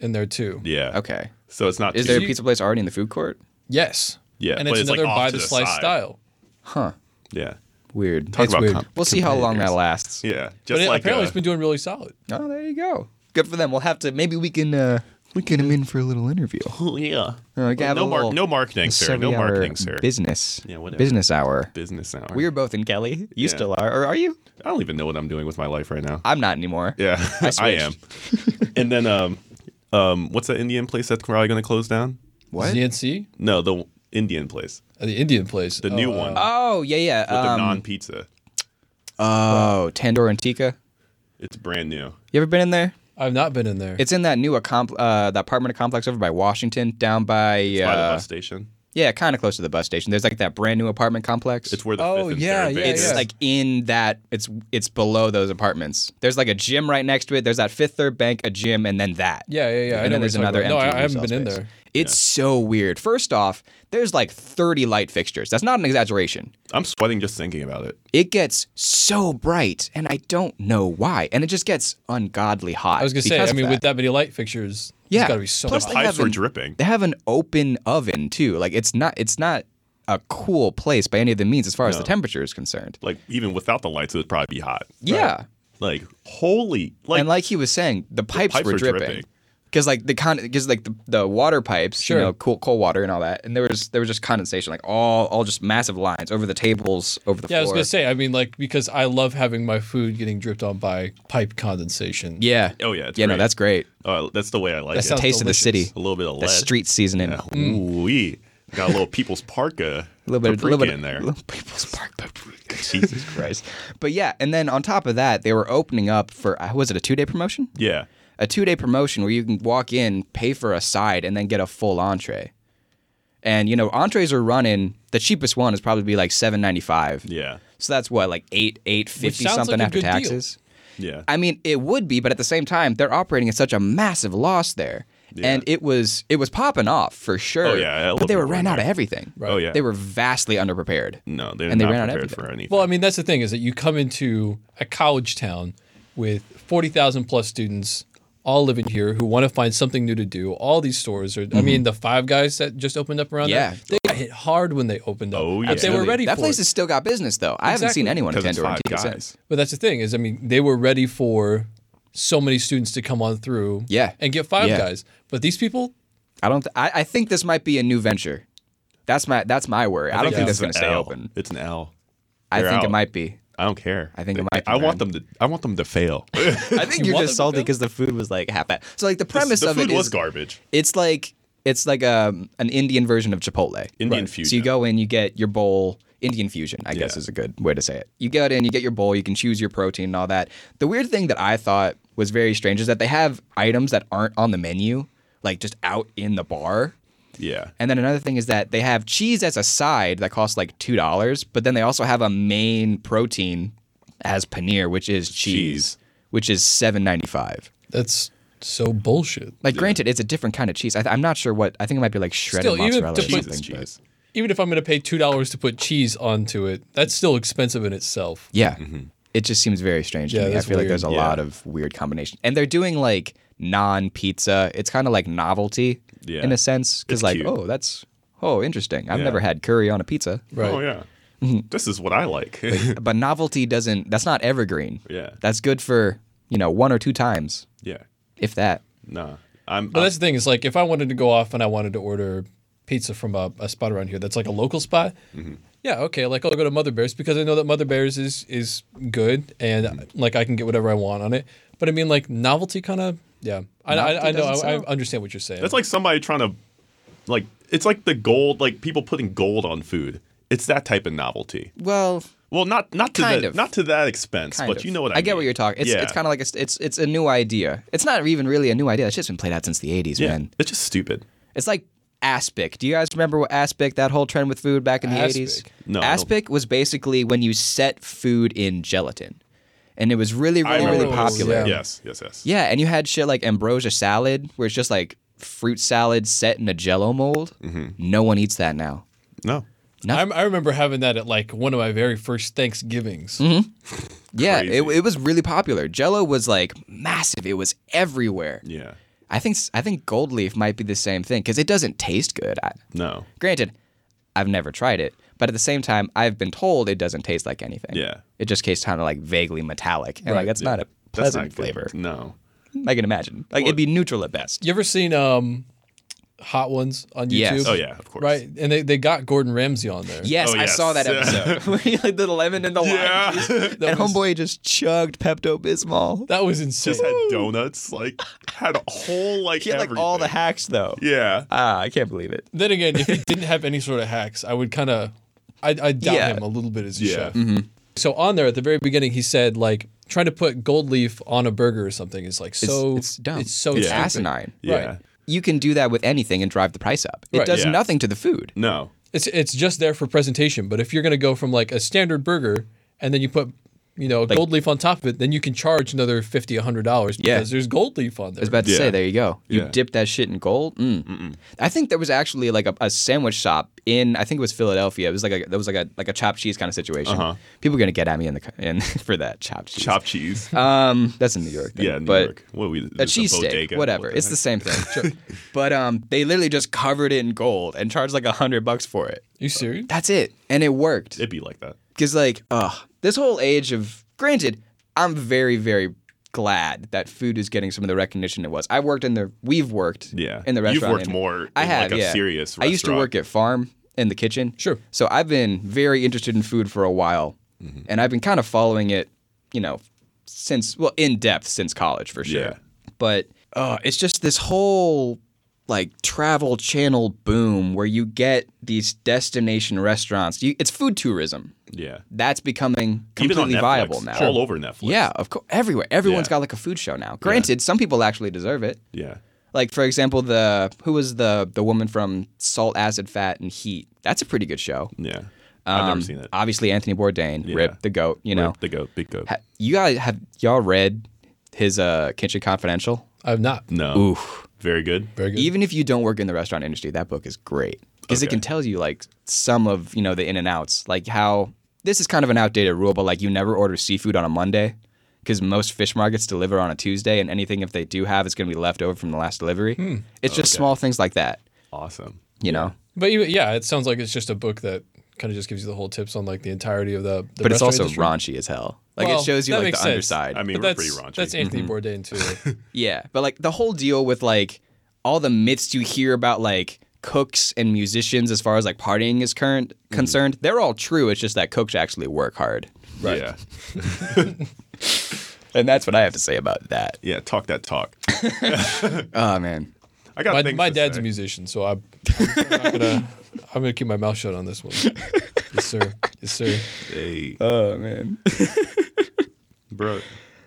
[SPEAKER 3] in there too.
[SPEAKER 2] Yeah.
[SPEAKER 1] okay.
[SPEAKER 2] So it's not.
[SPEAKER 1] Is
[SPEAKER 2] too-
[SPEAKER 1] there a pizza place already in the food court?
[SPEAKER 3] Yes.
[SPEAKER 2] Yeah,
[SPEAKER 3] And
[SPEAKER 2] but
[SPEAKER 3] it's,
[SPEAKER 2] it's, like,
[SPEAKER 3] another
[SPEAKER 2] off
[SPEAKER 3] by
[SPEAKER 2] to
[SPEAKER 3] the
[SPEAKER 2] the
[SPEAKER 3] slice
[SPEAKER 2] side.
[SPEAKER 3] style.
[SPEAKER 1] Huh.
[SPEAKER 2] Yeah.
[SPEAKER 1] Weird.
[SPEAKER 2] Talk
[SPEAKER 1] It's-
[SPEAKER 2] about
[SPEAKER 3] weird.
[SPEAKER 2] com-
[SPEAKER 1] we'll see how long that
[SPEAKER 2] competitors.
[SPEAKER 1] lasts.
[SPEAKER 2] Yeah.
[SPEAKER 3] But
[SPEAKER 2] Just
[SPEAKER 3] it,
[SPEAKER 2] like
[SPEAKER 3] apparently
[SPEAKER 2] uh,
[SPEAKER 3] it's been doing really solid.
[SPEAKER 1] Oh, there you go. Good for them. We'll have to maybe we can uh we can him in for a little interview.
[SPEAKER 2] Oh, yeah.
[SPEAKER 1] Oh, we can have
[SPEAKER 2] no,
[SPEAKER 1] a
[SPEAKER 2] mark,
[SPEAKER 1] little
[SPEAKER 2] no marketing, sir. No
[SPEAKER 1] Seven-hour
[SPEAKER 2] marketing, sir.
[SPEAKER 1] Business.
[SPEAKER 2] Yeah, whatever.
[SPEAKER 1] Business hour.
[SPEAKER 2] Business hour.
[SPEAKER 1] We were both in Kelly. You
[SPEAKER 2] Yeah.
[SPEAKER 1] still are, or are you?
[SPEAKER 2] I don't even know what I'm doing with my life right now.
[SPEAKER 1] I'm not anymore.
[SPEAKER 2] yeah, I,
[SPEAKER 1] switched.
[SPEAKER 2] am. and then, um, um, what's that Indian place that's probably going to close down?
[SPEAKER 1] What?
[SPEAKER 3] DNC,
[SPEAKER 2] No, the Indian place,
[SPEAKER 3] Uh, the Indian place,
[SPEAKER 2] the
[SPEAKER 3] Oh,
[SPEAKER 2] new
[SPEAKER 3] uh,
[SPEAKER 2] one
[SPEAKER 1] Oh yeah, yeah.
[SPEAKER 2] with the
[SPEAKER 1] um,
[SPEAKER 2] non-pizza.
[SPEAKER 1] oh, Tandoor Antica.
[SPEAKER 2] It's brand new.
[SPEAKER 1] You ever been in there?
[SPEAKER 3] I've not been in there.
[SPEAKER 1] It's in that new accom- uh, the apartment complex over by Washington, down by,
[SPEAKER 2] By the
[SPEAKER 1] uh,
[SPEAKER 2] bus station.
[SPEAKER 1] yeah, kind of close to the bus station. There's like that brand new apartment complex.
[SPEAKER 2] It's where the
[SPEAKER 3] Oh,
[SPEAKER 2] fifth and
[SPEAKER 3] yeah,
[SPEAKER 2] third
[SPEAKER 3] yeah,
[SPEAKER 2] base
[SPEAKER 1] It's
[SPEAKER 2] is.
[SPEAKER 3] yeah.
[SPEAKER 1] like in that it's it's below those apartments. There's like a gym right next to it. There's that Fifth Third Bank, a gym, and then that.
[SPEAKER 3] Yeah, yeah, yeah. I
[SPEAKER 1] And
[SPEAKER 3] know
[SPEAKER 1] then there's
[SPEAKER 3] what
[SPEAKER 1] another.
[SPEAKER 3] you're talking about. No,
[SPEAKER 1] empty
[SPEAKER 3] I- I haven't
[SPEAKER 1] retail
[SPEAKER 3] been in
[SPEAKER 1] space.
[SPEAKER 3] there.
[SPEAKER 1] It's so weird. First off, there's like 30 light fixtures. That's not an exaggeration.
[SPEAKER 2] I'm sweating just thinking about it.
[SPEAKER 1] It gets so bright, and I don't know why. And it just gets ungodly hot.
[SPEAKER 3] I was gonna say, I mean, with that many light fixtures,
[SPEAKER 1] Yeah.
[SPEAKER 3] it's got to be so
[SPEAKER 1] Plus
[SPEAKER 3] much.
[SPEAKER 1] they
[SPEAKER 2] Pipes
[SPEAKER 1] have
[SPEAKER 2] were
[SPEAKER 1] an-
[SPEAKER 2] dripping.
[SPEAKER 1] they have an open oven too. Like it's not it's not a cool place by any of the means as far as the temperature is concerned.
[SPEAKER 2] Like even without the lights, it would probably be hot.
[SPEAKER 1] Yeah.
[SPEAKER 2] Like holy, like
[SPEAKER 1] and like he was saying, the pipes,
[SPEAKER 2] pipes
[SPEAKER 1] were,
[SPEAKER 2] were
[SPEAKER 1] dripping.
[SPEAKER 2] dripping.
[SPEAKER 1] Because like the con, because like the, the water pipes,
[SPEAKER 3] Sure.
[SPEAKER 1] you know, cool, cold water and all that, and there was there was just condensation, like all all just massive lines over the tables, over the
[SPEAKER 3] Yeah, I was
[SPEAKER 1] floor.
[SPEAKER 3] gonna say. I mean, like because I love having my food getting dripped on by pipe condensation.
[SPEAKER 1] yeah,
[SPEAKER 2] Oh, yeah, it's
[SPEAKER 1] yeah, no,
[SPEAKER 2] great.
[SPEAKER 1] that's great.
[SPEAKER 2] uh, that's the way I like
[SPEAKER 1] That's
[SPEAKER 2] it.
[SPEAKER 1] the
[SPEAKER 3] sounds
[SPEAKER 1] taste of the
[SPEAKER 3] delicious.
[SPEAKER 1] city,
[SPEAKER 2] a little bit of
[SPEAKER 1] the
[SPEAKER 2] lead.
[SPEAKER 1] street seasoning, a
[SPEAKER 2] Ooh, got a little people's parka,
[SPEAKER 1] little bit, a
[SPEAKER 2] paprika
[SPEAKER 1] little bit
[SPEAKER 2] in there.
[SPEAKER 1] Little people's park paprika. Jesus Christ! But yeah, and then on top of that, they were opening up for uh, was it a two day promotion?
[SPEAKER 2] Yeah,
[SPEAKER 1] a two day promotion where you can walk in, pay for a side, and then get a full entree. And you know, entrees are running. The cheapest one is probably be like seven ninety five.
[SPEAKER 2] yeah,
[SPEAKER 1] So that's what like eight eight fifty
[SPEAKER 3] sounds
[SPEAKER 1] something
[SPEAKER 3] like a
[SPEAKER 1] after
[SPEAKER 3] good deal.
[SPEAKER 1] taxes.
[SPEAKER 2] yeah.
[SPEAKER 1] I mean, it would be, but at the same time, they're operating at such a massive loss there. And it was it was popping off for sure.
[SPEAKER 2] Oh, yeah, a lot
[SPEAKER 1] but
[SPEAKER 2] of
[SPEAKER 1] they were
[SPEAKER 2] people
[SPEAKER 1] ran
[SPEAKER 2] were
[SPEAKER 1] out of everything. Right.
[SPEAKER 2] Oh, yeah. Mm.
[SPEAKER 1] They were vastly underprepared.
[SPEAKER 2] no, they're
[SPEAKER 1] and they
[SPEAKER 2] not
[SPEAKER 1] ran out of
[SPEAKER 2] prepared
[SPEAKER 1] everything.
[SPEAKER 2] for anything.
[SPEAKER 3] Well, I mean, that's the thing is that you come into a college town with 40,000 plus students all living here who want to find something new to do. All these stores are, I mean, the five guys that just opened up around
[SPEAKER 1] Mm-hmm. Yeah.
[SPEAKER 3] there, they got hit hard when they opened up.
[SPEAKER 2] Oh,
[SPEAKER 3] But
[SPEAKER 2] yeah.
[SPEAKER 3] They were
[SPEAKER 1] Absolutely.
[SPEAKER 3] ready
[SPEAKER 1] That
[SPEAKER 3] for
[SPEAKER 1] place
[SPEAKER 3] it.
[SPEAKER 1] has still got business though. I haven't seen
[SPEAKER 3] Exactly.
[SPEAKER 1] anyone
[SPEAKER 2] because
[SPEAKER 1] attend
[SPEAKER 2] it's
[SPEAKER 1] to
[SPEAKER 2] five
[SPEAKER 1] Antica since.
[SPEAKER 2] guys.
[SPEAKER 3] But that's the thing is, I mean, they were ready for so many students to come on through
[SPEAKER 1] Yeah.
[SPEAKER 3] and get five
[SPEAKER 1] Yeah.
[SPEAKER 3] guys. But these people,
[SPEAKER 1] I don't. Th- I, I think this might be a new venture. That's my that's my worry. I, don't think that's
[SPEAKER 2] it's
[SPEAKER 1] going to
[SPEAKER 2] an
[SPEAKER 1] stay
[SPEAKER 2] L.
[SPEAKER 1] open.
[SPEAKER 2] It's an L.
[SPEAKER 1] I
[SPEAKER 2] They're
[SPEAKER 1] think it
[SPEAKER 2] out.
[SPEAKER 1] might be.
[SPEAKER 2] I don't care. I
[SPEAKER 1] think it might be,
[SPEAKER 2] I
[SPEAKER 1] man.
[SPEAKER 2] want them to. I want them to fail.
[SPEAKER 1] I think
[SPEAKER 3] You
[SPEAKER 1] you're
[SPEAKER 3] want
[SPEAKER 1] just
[SPEAKER 3] them
[SPEAKER 1] salty
[SPEAKER 3] to go?
[SPEAKER 1] because the food was like half bad. So like the premise
[SPEAKER 2] the
[SPEAKER 1] of
[SPEAKER 2] food
[SPEAKER 1] it
[SPEAKER 2] was
[SPEAKER 1] is-
[SPEAKER 2] garbage.
[SPEAKER 1] It's like it's like um, an Indian version of Chipotle.
[SPEAKER 2] Indian
[SPEAKER 3] Right.
[SPEAKER 2] fusion.
[SPEAKER 1] So you go in, you get your bowl. Indian fusion, I guess,
[SPEAKER 2] Yeah.
[SPEAKER 1] is a good way to say it. You go in, you get your bowl, you can choose your protein and all that. The weird thing that I thought was very strange is that they have items that aren't on the menu, like just out in the bar.
[SPEAKER 2] yeah.
[SPEAKER 1] And then another thing is that they have cheese as a side that costs like two dollars, but then they also have a main protein as paneer, which is cheese,
[SPEAKER 2] Cheese.
[SPEAKER 1] which is seven ninety five.
[SPEAKER 3] that's so bullshit.
[SPEAKER 1] Like, granted, it's a different kind of cheese. I th- I'm not sure what. I think it might be like shredded
[SPEAKER 3] Still, even if
[SPEAKER 1] mozzarella or
[SPEAKER 3] the
[SPEAKER 1] something.
[SPEAKER 3] put-
[SPEAKER 2] Jesus,
[SPEAKER 1] but-
[SPEAKER 2] cheese.
[SPEAKER 3] Even if I'm going to pay $2 to put cheese onto it, that's still expensive in itself.
[SPEAKER 1] Yeah, it just seems very strange
[SPEAKER 3] Yeah,
[SPEAKER 1] to me. I
[SPEAKER 3] that's
[SPEAKER 1] feel like there's a
[SPEAKER 2] weird.
[SPEAKER 1] lot
[SPEAKER 2] Yeah.
[SPEAKER 1] of weird combinations, and they're doing like non pizza. It's kind of like novelty
[SPEAKER 2] Yeah.
[SPEAKER 1] in a sense, because
[SPEAKER 2] It's
[SPEAKER 1] like,
[SPEAKER 2] cute.
[SPEAKER 1] oh, that's oh interesting. I've
[SPEAKER 2] Yeah.
[SPEAKER 1] never had curry on a pizza.
[SPEAKER 3] Right.
[SPEAKER 2] Oh yeah. This is what I like.
[SPEAKER 1] Mm-hmm. But novelty doesn't. That's not evergreen.
[SPEAKER 2] Yeah.
[SPEAKER 1] That's good for you know one or two times,
[SPEAKER 2] yeah.
[SPEAKER 1] if that.
[SPEAKER 2] Nah. I'm,
[SPEAKER 3] But
[SPEAKER 2] I'm
[SPEAKER 3] that's the thing is like if I wanted to go off and I wanted to order pizza from a, a spot around here that's like a local spot.
[SPEAKER 1] Mm-hmm.
[SPEAKER 3] Yeah, okay. Like I'll go to Mother Bears because I know that Mother Bears is is good and
[SPEAKER 1] Mm-hmm.
[SPEAKER 3] like I can get whatever I want on it. But I mean like novelty kind of yeah. I, I, I
[SPEAKER 1] Novelty
[SPEAKER 3] know
[SPEAKER 1] doesn't
[SPEAKER 3] I, I
[SPEAKER 1] sell.
[SPEAKER 3] understand what you're saying.
[SPEAKER 2] That's like somebody trying to, like, it's like the gold, like people putting gold on food. It's that type of novelty.
[SPEAKER 1] Well,
[SPEAKER 2] Well, not not to
[SPEAKER 1] Kind
[SPEAKER 2] that
[SPEAKER 1] of.
[SPEAKER 2] not to that expense,
[SPEAKER 1] kind
[SPEAKER 2] but
[SPEAKER 1] of.
[SPEAKER 2] you know what I,
[SPEAKER 1] I get
[SPEAKER 2] mean.
[SPEAKER 1] what you're talking. It's
[SPEAKER 2] yeah.
[SPEAKER 1] it's kind of like a, it's it's a new idea. It's not even really a new idea. It's just been played out since the '80s,
[SPEAKER 2] yeah.
[SPEAKER 1] man.
[SPEAKER 2] It's just stupid.
[SPEAKER 1] It's like aspic. Do you guys remember what aspic? That whole trend with food back in the
[SPEAKER 3] Aspic?
[SPEAKER 1] eighties.
[SPEAKER 2] No, I don't.
[SPEAKER 1] aspic was basically when you set food in gelatin, and it was really
[SPEAKER 2] I
[SPEAKER 1] really
[SPEAKER 2] remember
[SPEAKER 1] really
[SPEAKER 3] Oh,
[SPEAKER 2] this.
[SPEAKER 1] popular.
[SPEAKER 3] yeah.
[SPEAKER 2] Yes, yes, yes.
[SPEAKER 1] Yeah, and you had shit like ambrosia salad, where it's just like fruit salad set in a jello mold.
[SPEAKER 2] Mm-hmm.
[SPEAKER 1] No one eats that now.
[SPEAKER 2] No.
[SPEAKER 3] I, I remember having that at like one of my very first Thanksgivings.
[SPEAKER 1] Mm-hmm. Yeah,
[SPEAKER 2] Crazy.
[SPEAKER 1] it, it was really popular. Jello was like massive. It was everywhere.
[SPEAKER 2] Yeah.
[SPEAKER 1] I think s- I think gold leaf might be the same thing because it doesn't taste good. I,
[SPEAKER 2] No.
[SPEAKER 1] granted, I've never tried it, but at the same time, I've been told it doesn't taste like anything.
[SPEAKER 2] Yeah.
[SPEAKER 1] it just tastes kind of like vaguely metallic, and like that's not a
[SPEAKER 2] That's
[SPEAKER 1] pleasant
[SPEAKER 2] not good.
[SPEAKER 1] flavor.
[SPEAKER 2] No.
[SPEAKER 1] I can imagine. Like it'd be neutral at best.
[SPEAKER 3] You ever seen um, Hot Ones on YouTube?
[SPEAKER 1] Yes.
[SPEAKER 2] Oh yeah, of course.
[SPEAKER 3] Right, and they, they got Gordon Ramsay on there.
[SPEAKER 1] Yes,
[SPEAKER 2] Oh,
[SPEAKER 1] I saw that
[SPEAKER 2] yes.
[SPEAKER 1] episode. Where he, like the lemon and the
[SPEAKER 2] Yeah.
[SPEAKER 1] lime. juice,
[SPEAKER 2] Just
[SPEAKER 1] and homeboy just chugged Pepto Bismol.
[SPEAKER 3] That was insane.
[SPEAKER 2] had donuts, like had a whole like
[SPEAKER 1] He had like all the
[SPEAKER 2] everything.
[SPEAKER 1] hacks though.
[SPEAKER 2] Yeah.
[SPEAKER 1] Ah, I can't believe it.
[SPEAKER 3] then again, if he didn't have any sort of hacks, I would kind of, I I doubt
[SPEAKER 1] Yeah. Mm-hmm.
[SPEAKER 3] him a little bit as a
[SPEAKER 2] Yeah.
[SPEAKER 3] chef. So on there at the very beginning, he said like trying to put gold leaf on a burger or something is like so
[SPEAKER 1] it's dumb.
[SPEAKER 3] It's so
[SPEAKER 1] It's
[SPEAKER 3] stupid.
[SPEAKER 1] asinine.
[SPEAKER 2] Yeah.
[SPEAKER 3] Right.
[SPEAKER 1] You can do that with anything and drive the price up. It
[SPEAKER 3] Right.
[SPEAKER 1] does
[SPEAKER 2] Yeah.
[SPEAKER 1] nothing to the food.
[SPEAKER 2] No.
[SPEAKER 3] It's it's just there for presentation. But if you're gonna go from like a standard burger and then you put you know gold leaf on top of it, then you can charge another fifty, hundred dollars
[SPEAKER 1] Yeah.
[SPEAKER 3] because there's gold leaf on there.
[SPEAKER 1] I was about to
[SPEAKER 2] Yeah.
[SPEAKER 1] say, there you go. You
[SPEAKER 2] Yeah.
[SPEAKER 1] dip that shit in gold. Mm. I think there was actually like a, a sandwich shop in I think it was Philadelphia. It was like a that was like a like a chopped cheese kind of situation. People are gonna get at me in the co- in for that chopped cheese.
[SPEAKER 2] Uh-huh. Chopped cheese.
[SPEAKER 1] Um, that's in New York. Thing,
[SPEAKER 2] yeah, New
[SPEAKER 1] but
[SPEAKER 2] York. What we
[SPEAKER 1] a cheesesteak, whatever. it's the same thing. but um, they literally just covered it in gold and charged like a hundred bucks for it.
[SPEAKER 3] you serious?
[SPEAKER 1] That's it, and it worked.
[SPEAKER 2] It'd be like that.
[SPEAKER 1] Because, like, ugh, this whole age of, granted, I'm very, very glad that food is getting some of the recognition it was. I worked in the, we've worked
[SPEAKER 2] Yeah.
[SPEAKER 1] in the
[SPEAKER 2] You've
[SPEAKER 1] restaurant.
[SPEAKER 2] worked
[SPEAKER 1] in-
[SPEAKER 2] more
[SPEAKER 1] I
[SPEAKER 2] in,
[SPEAKER 1] have,
[SPEAKER 2] like, a
[SPEAKER 1] yeah.
[SPEAKER 2] serious
[SPEAKER 1] I used to
[SPEAKER 2] restaurant.
[SPEAKER 1] work at Farm in the kitchen.
[SPEAKER 3] Sure.
[SPEAKER 1] So I've been very interested in food for a while.
[SPEAKER 2] Mm-hmm.
[SPEAKER 1] And I've been kind of following it, you know, since, well, in depth since college for sure.
[SPEAKER 2] Yeah.
[SPEAKER 1] But uh, it's just this whole like travel channel boom where you get these destination restaurants. You, it's food tourism
[SPEAKER 2] Yeah.
[SPEAKER 1] that's becoming
[SPEAKER 2] Even on
[SPEAKER 1] completely
[SPEAKER 2] Netflix,
[SPEAKER 1] viable now.
[SPEAKER 2] All over Netflix.
[SPEAKER 1] Yeah, of course. Everywhere. Everyone's
[SPEAKER 2] Yeah.
[SPEAKER 1] got like a food show now. Granted, some people actually deserve it.
[SPEAKER 2] Yeah.
[SPEAKER 1] Like for example, the who was the the woman from Salt, Acid, Fat, and Heat? That's a pretty good show.
[SPEAKER 2] Yeah. I've
[SPEAKER 1] Um,
[SPEAKER 2] never seen it.
[SPEAKER 1] Obviously, Anthony Bourdain,
[SPEAKER 2] Yeah.
[SPEAKER 1] Rip the Goat. You know,
[SPEAKER 2] the goat, big goat.
[SPEAKER 1] Ha- you guys have y'all read his uh Kitchen Confidential?
[SPEAKER 3] I'm not.
[SPEAKER 2] no.
[SPEAKER 1] Oof.
[SPEAKER 2] Very good.
[SPEAKER 3] Very good.
[SPEAKER 1] Even if you don't work in the restaurant industry, that book is great because it
[SPEAKER 2] Okay.
[SPEAKER 1] can tell you like some of you know the in and outs, like how this is kind of an outdated rule, but like you never order seafood on a Monday because most fish markets deliver on a Tuesday, and anything if they do have is going to be left over from the last delivery.
[SPEAKER 3] Hmm.
[SPEAKER 1] It's just small things like that,
[SPEAKER 2] Awesome.
[SPEAKER 1] you know.
[SPEAKER 3] But even, yeah, it sounds like it's just a book that kind of just gives you the whole tips on like the entirety of the. the
[SPEAKER 1] But it's
[SPEAKER 3] restaurant
[SPEAKER 1] also
[SPEAKER 3] industry.
[SPEAKER 1] raunchy as hell. Like
[SPEAKER 3] Well,
[SPEAKER 1] it shows you
[SPEAKER 3] that
[SPEAKER 1] like the
[SPEAKER 3] makes sense.
[SPEAKER 1] underside.
[SPEAKER 2] I mean,
[SPEAKER 3] But
[SPEAKER 2] we're
[SPEAKER 3] that's
[SPEAKER 2] pretty raunchy.
[SPEAKER 3] that's Anthony
[SPEAKER 1] Mm-hmm.
[SPEAKER 3] Bourdain too.
[SPEAKER 1] Yeah, but like the whole deal with like all the myths you hear about like cooks and musicians as far as like partying is current
[SPEAKER 2] Mm.
[SPEAKER 1] concerned, they're all true. It's just that cooks actually work hard.
[SPEAKER 2] right. Yeah.
[SPEAKER 1] And that's what I have to say about that.
[SPEAKER 2] Yeah. Talk that talk.
[SPEAKER 1] Oh man.
[SPEAKER 2] I got
[SPEAKER 3] My,
[SPEAKER 2] things
[SPEAKER 3] my
[SPEAKER 2] to
[SPEAKER 3] dad's
[SPEAKER 2] say.
[SPEAKER 3] a musician, so I'm, I'm not gonna. I'm gonna keep my mouth shut on this one. yes, sir. Yes, sir.
[SPEAKER 2] Hey,
[SPEAKER 1] Oh man.
[SPEAKER 2] bro.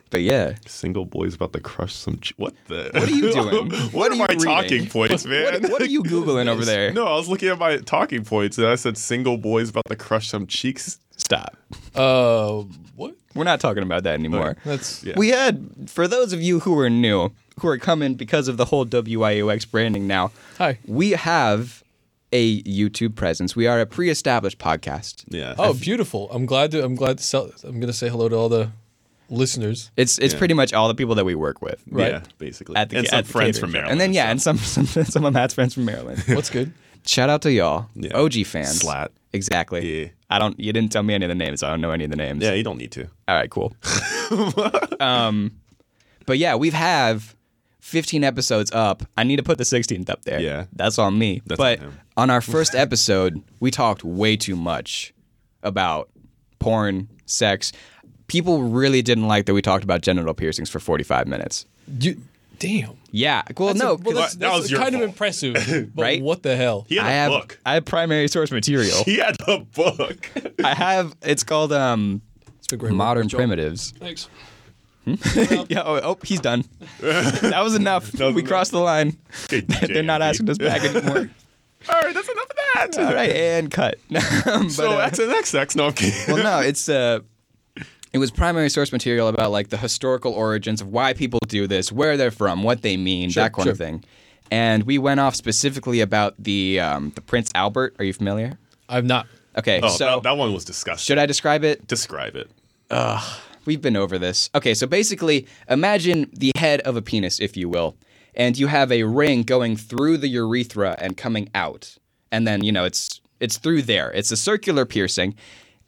[SPEAKER 1] But yeah.
[SPEAKER 2] Single boys about to crush some. Ch- what the?
[SPEAKER 1] What are you doing?
[SPEAKER 2] what,
[SPEAKER 1] What are
[SPEAKER 2] am
[SPEAKER 1] you
[SPEAKER 2] I
[SPEAKER 1] reading?
[SPEAKER 2] talking points, man?
[SPEAKER 1] What, what are you googling over there?
[SPEAKER 2] No, I was looking at my talking points and I said single boys about to crush some cheeks.
[SPEAKER 1] Stop.
[SPEAKER 3] Uh, what?
[SPEAKER 1] We're not talking about that anymore.
[SPEAKER 3] That's
[SPEAKER 2] Yeah.
[SPEAKER 1] We had for those of you who are new, who are coming because of the whole WIUX branding now.
[SPEAKER 3] Hi.
[SPEAKER 1] We have a YouTube presence. We are a pre-established podcast.
[SPEAKER 2] Yeah.
[SPEAKER 3] oh, beautiful. I'm glad to. I'm glad to sell. I'm gonna say hello to all the listeners.
[SPEAKER 1] It's it's pretty much all the people that we work with.
[SPEAKER 3] right.
[SPEAKER 2] Yeah, basically.
[SPEAKER 1] At the,
[SPEAKER 2] and
[SPEAKER 1] at
[SPEAKER 2] some
[SPEAKER 1] the
[SPEAKER 2] friends
[SPEAKER 1] catering
[SPEAKER 2] from
[SPEAKER 1] show.
[SPEAKER 2] Maryland.
[SPEAKER 1] And then yeah, and some some some of Matt's friends from Maryland.
[SPEAKER 3] What's good?
[SPEAKER 1] Shout out to y'all.
[SPEAKER 2] Yeah.
[SPEAKER 1] OG fans.
[SPEAKER 2] Slat.
[SPEAKER 1] Exactly.
[SPEAKER 2] Yeah.
[SPEAKER 1] I don't. You didn't tell me any of the names. I don't know any of the names.
[SPEAKER 2] Yeah, you don't need to.
[SPEAKER 1] All right. Cool. um, but yeah, we've have 15 episodes up. I need to put the 16th up there.
[SPEAKER 2] Yeah.
[SPEAKER 1] That's on me.
[SPEAKER 2] That's
[SPEAKER 1] but
[SPEAKER 2] on him.
[SPEAKER 1] on our first episode, we talked way too much about porn, sex. People really didn't like that we talked about genital piercings for 45 minutes.
[SPEAKER 3] You, damn.
[SPEAKER 1] Yeah. Well,
[SPEAKER 3] That's a-
[SPEAKER 1] no,
[SPEAKER 3] well, that's,
[SPEAKER 2] that
[SPEAKER 3] that's
[SPEAKER 2] was your
[SPEAKER 3] kind
[SPEAKER 2] fault.
[SPEAKER 3] of impressive. But
[SPEAKER 1] Right?
[SPEAKER 3] What the hell?
[SPEAKER 2] He had
[SPEAKER 1] I
[SPEAKER 2] a
[SPEAKER 1] have
[SPEAKER 2] book.
[SPEAKER 1] I have primary source material.
[SPEAKER 2] He had a book.
[SPEAKER 1] I have it's called um
[SPEAKER 3] It's been great work.
[SPEAKER 1] Modern
[SPEAKER 3] Good job.
[SPEAKER 1] Primitives.
[SPEAKER 3] Thanks.
[SPEAKER 1] Yeah, oh, oh, he's done. that was enough. we
[SPEAKER 2] enough.
[SPEAKER 1] crossed the line.
[SPEAKER 2] Okay,
[SPEAKER 1] They're not asking us back anymore.
[SPEAKER 2] All right, that's enough of that.
[SPEAKER 1] All right, and cut. But,
[SPEAKER 2] So
[SPEAKER 1] uh,
[SPEAKER 2] that's an XX. No, I'm kidding.
[SPEAKER 1] well, no, it's uh, it was primary source material about like the historical origins of why people do this, where they're from, what they mean, that kind of
[SPEAKER 3] sure.
[SPEAKER 1] thing. And we went off specifically about the um, the Prince Albert. Are you familiar?
[SPEAKER 3] I'm not.
[SPEAKER 1] Okay,
[SPEAKER 2] Oh,
[SPEAKER 1] so
[SPEAKER 2] that, that one was disgusting.
[SPEAKER 1] should I describe it?
[SPEAKER 2] describe it?
[SPEAKER 1] We've been over this. Okay, so basically, imagine the head of a penis, if you will, and you have a ring going through the urethra and coming out, and then you know it's it's through there. It's a circular piercing,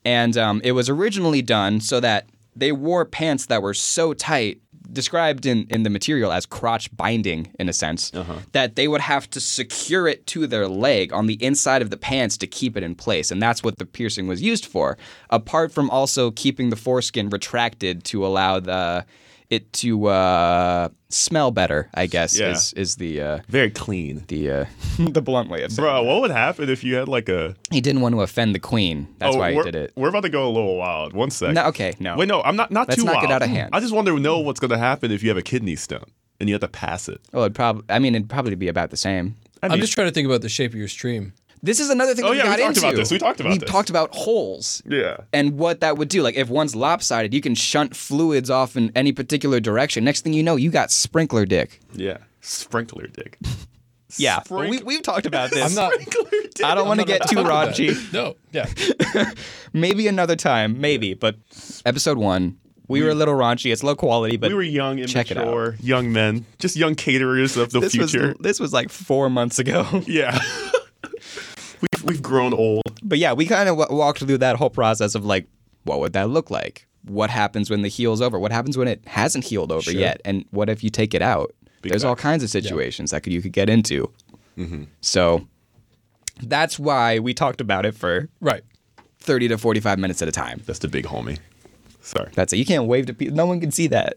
[SPEAKER 1] and um, it was originally done so that they wore pants that were so tight, described in in the material as crotch binding in a sense,
[SPEAKER 2] Uh-huh.
[SPEAKER 1] that they would have to secure it to their leg on the inside of the pants to keep it in place, and that's what the piercing was used for. Apart from also keeping the foreskin retracted to allow the it to uh, smell better, I guess
[SPEAKER 2] Yeah.
[SPEAKER 1] is is the uh,
[SPEAKER 2] Very clean.
[SPEAKER 1] the uh, the blunt way of saying.
[SPEAKER 2] Bro, what would happen if you had like a? Oh,
[SPEAKER 1] it. He didn't want to offend the queen. That's why he
[SPEAKER 2] we're,
[SPEAKER 1] did it.
[SPEAKER 2] We're about to go a little wild. One sec.
[SPEAKER 1] No, okay, no.
[SPEAKER 2] Wait, no, I'm not. Not
[SPEAKER 1] Let's
[SPEAKER 2] too
[SPEAKER 1] not
[SPEAKER 2] wild.
[SPEAKER 1] get out of hand.
[SPEAKER 2] I just want to know what's going to happen if you have a kidney stone and you have to pass it.
[SPEAKER 1] Oh, it'd probably. I mean, it'd probably be about the same.
[SPEAKER 3] I'm just trying to think about the shape of your stream.
[SPEAKER 1] This is another thing.
[SPEAKER 2] Oh,
[SPEAKER 1] that
[SPEAKER 2] yeah,
[SPEAKER 1] we
[SPEAKER 2] we
[SPEAKER 1] got
[SPEAKER 2] talked
[SPEAKER 1] into.
[SPEAKER 2] about this. We talked about
[SPEAKER 1] We
[SPEAKER 2] this.
[SPEAKER 1] talked about holes.
[SPEAKER 2] Yeah.
[SPEAKER 1] And what that would do, like if one's lopsided, you can shunt fluids off in any particular direction. Next thing you know, you got sprinkler dick.
[SPEAKER 2] Yeah. Sprinkler dick.
[SPEAKER 1] Yeah, but
[SPEAKER 2] Sprink-
[SPEAKER 1] we, we've talked about this.
[SPEAKER 3] I'm not.
[SPEAKER 2] Sprinkler dick.
[SPEAKER 1] I don't want to get too
[SPEAKER 3] about that.
[SPEAKER 1] raunchy.
[SPEAKER 3] No. Yeah.
[SPEAKER 1] Maybe another time, maybe. But episode one, we were a little raunchy. It's low quality, but
[SPEAKER 2] We were young,
[SPEAKER 1] Check it out.
[SPEAKER 2] immature, young men, just young caterers of the
[SPEAKER 1] this
[SPEAKER 2] future.
[SPEAKER 1] was this was like four months ago.
[SPEAKER 2] Yeah. we've, we've grown old.
[SPEAKER 1] but yeah, we kind of w- walked through that whole process of like, what would that look like? What happens when the heal's over? What happens when it hasn't healed over yet? And what if you take it out? There's all kinds of situations that could, you could get into.
[SPEAKER 2] Mm-hmm.
[SPEAKER 1] So that's why we talked about it for
[SPEAKER 3] Right.
[SPEAKER 1] 30 to 45 minutes at a time.
[SPEAKER 2] That's the big homie. Sorry.
[SPEAKER 1] That's it. You can't wave to people. No one can see that.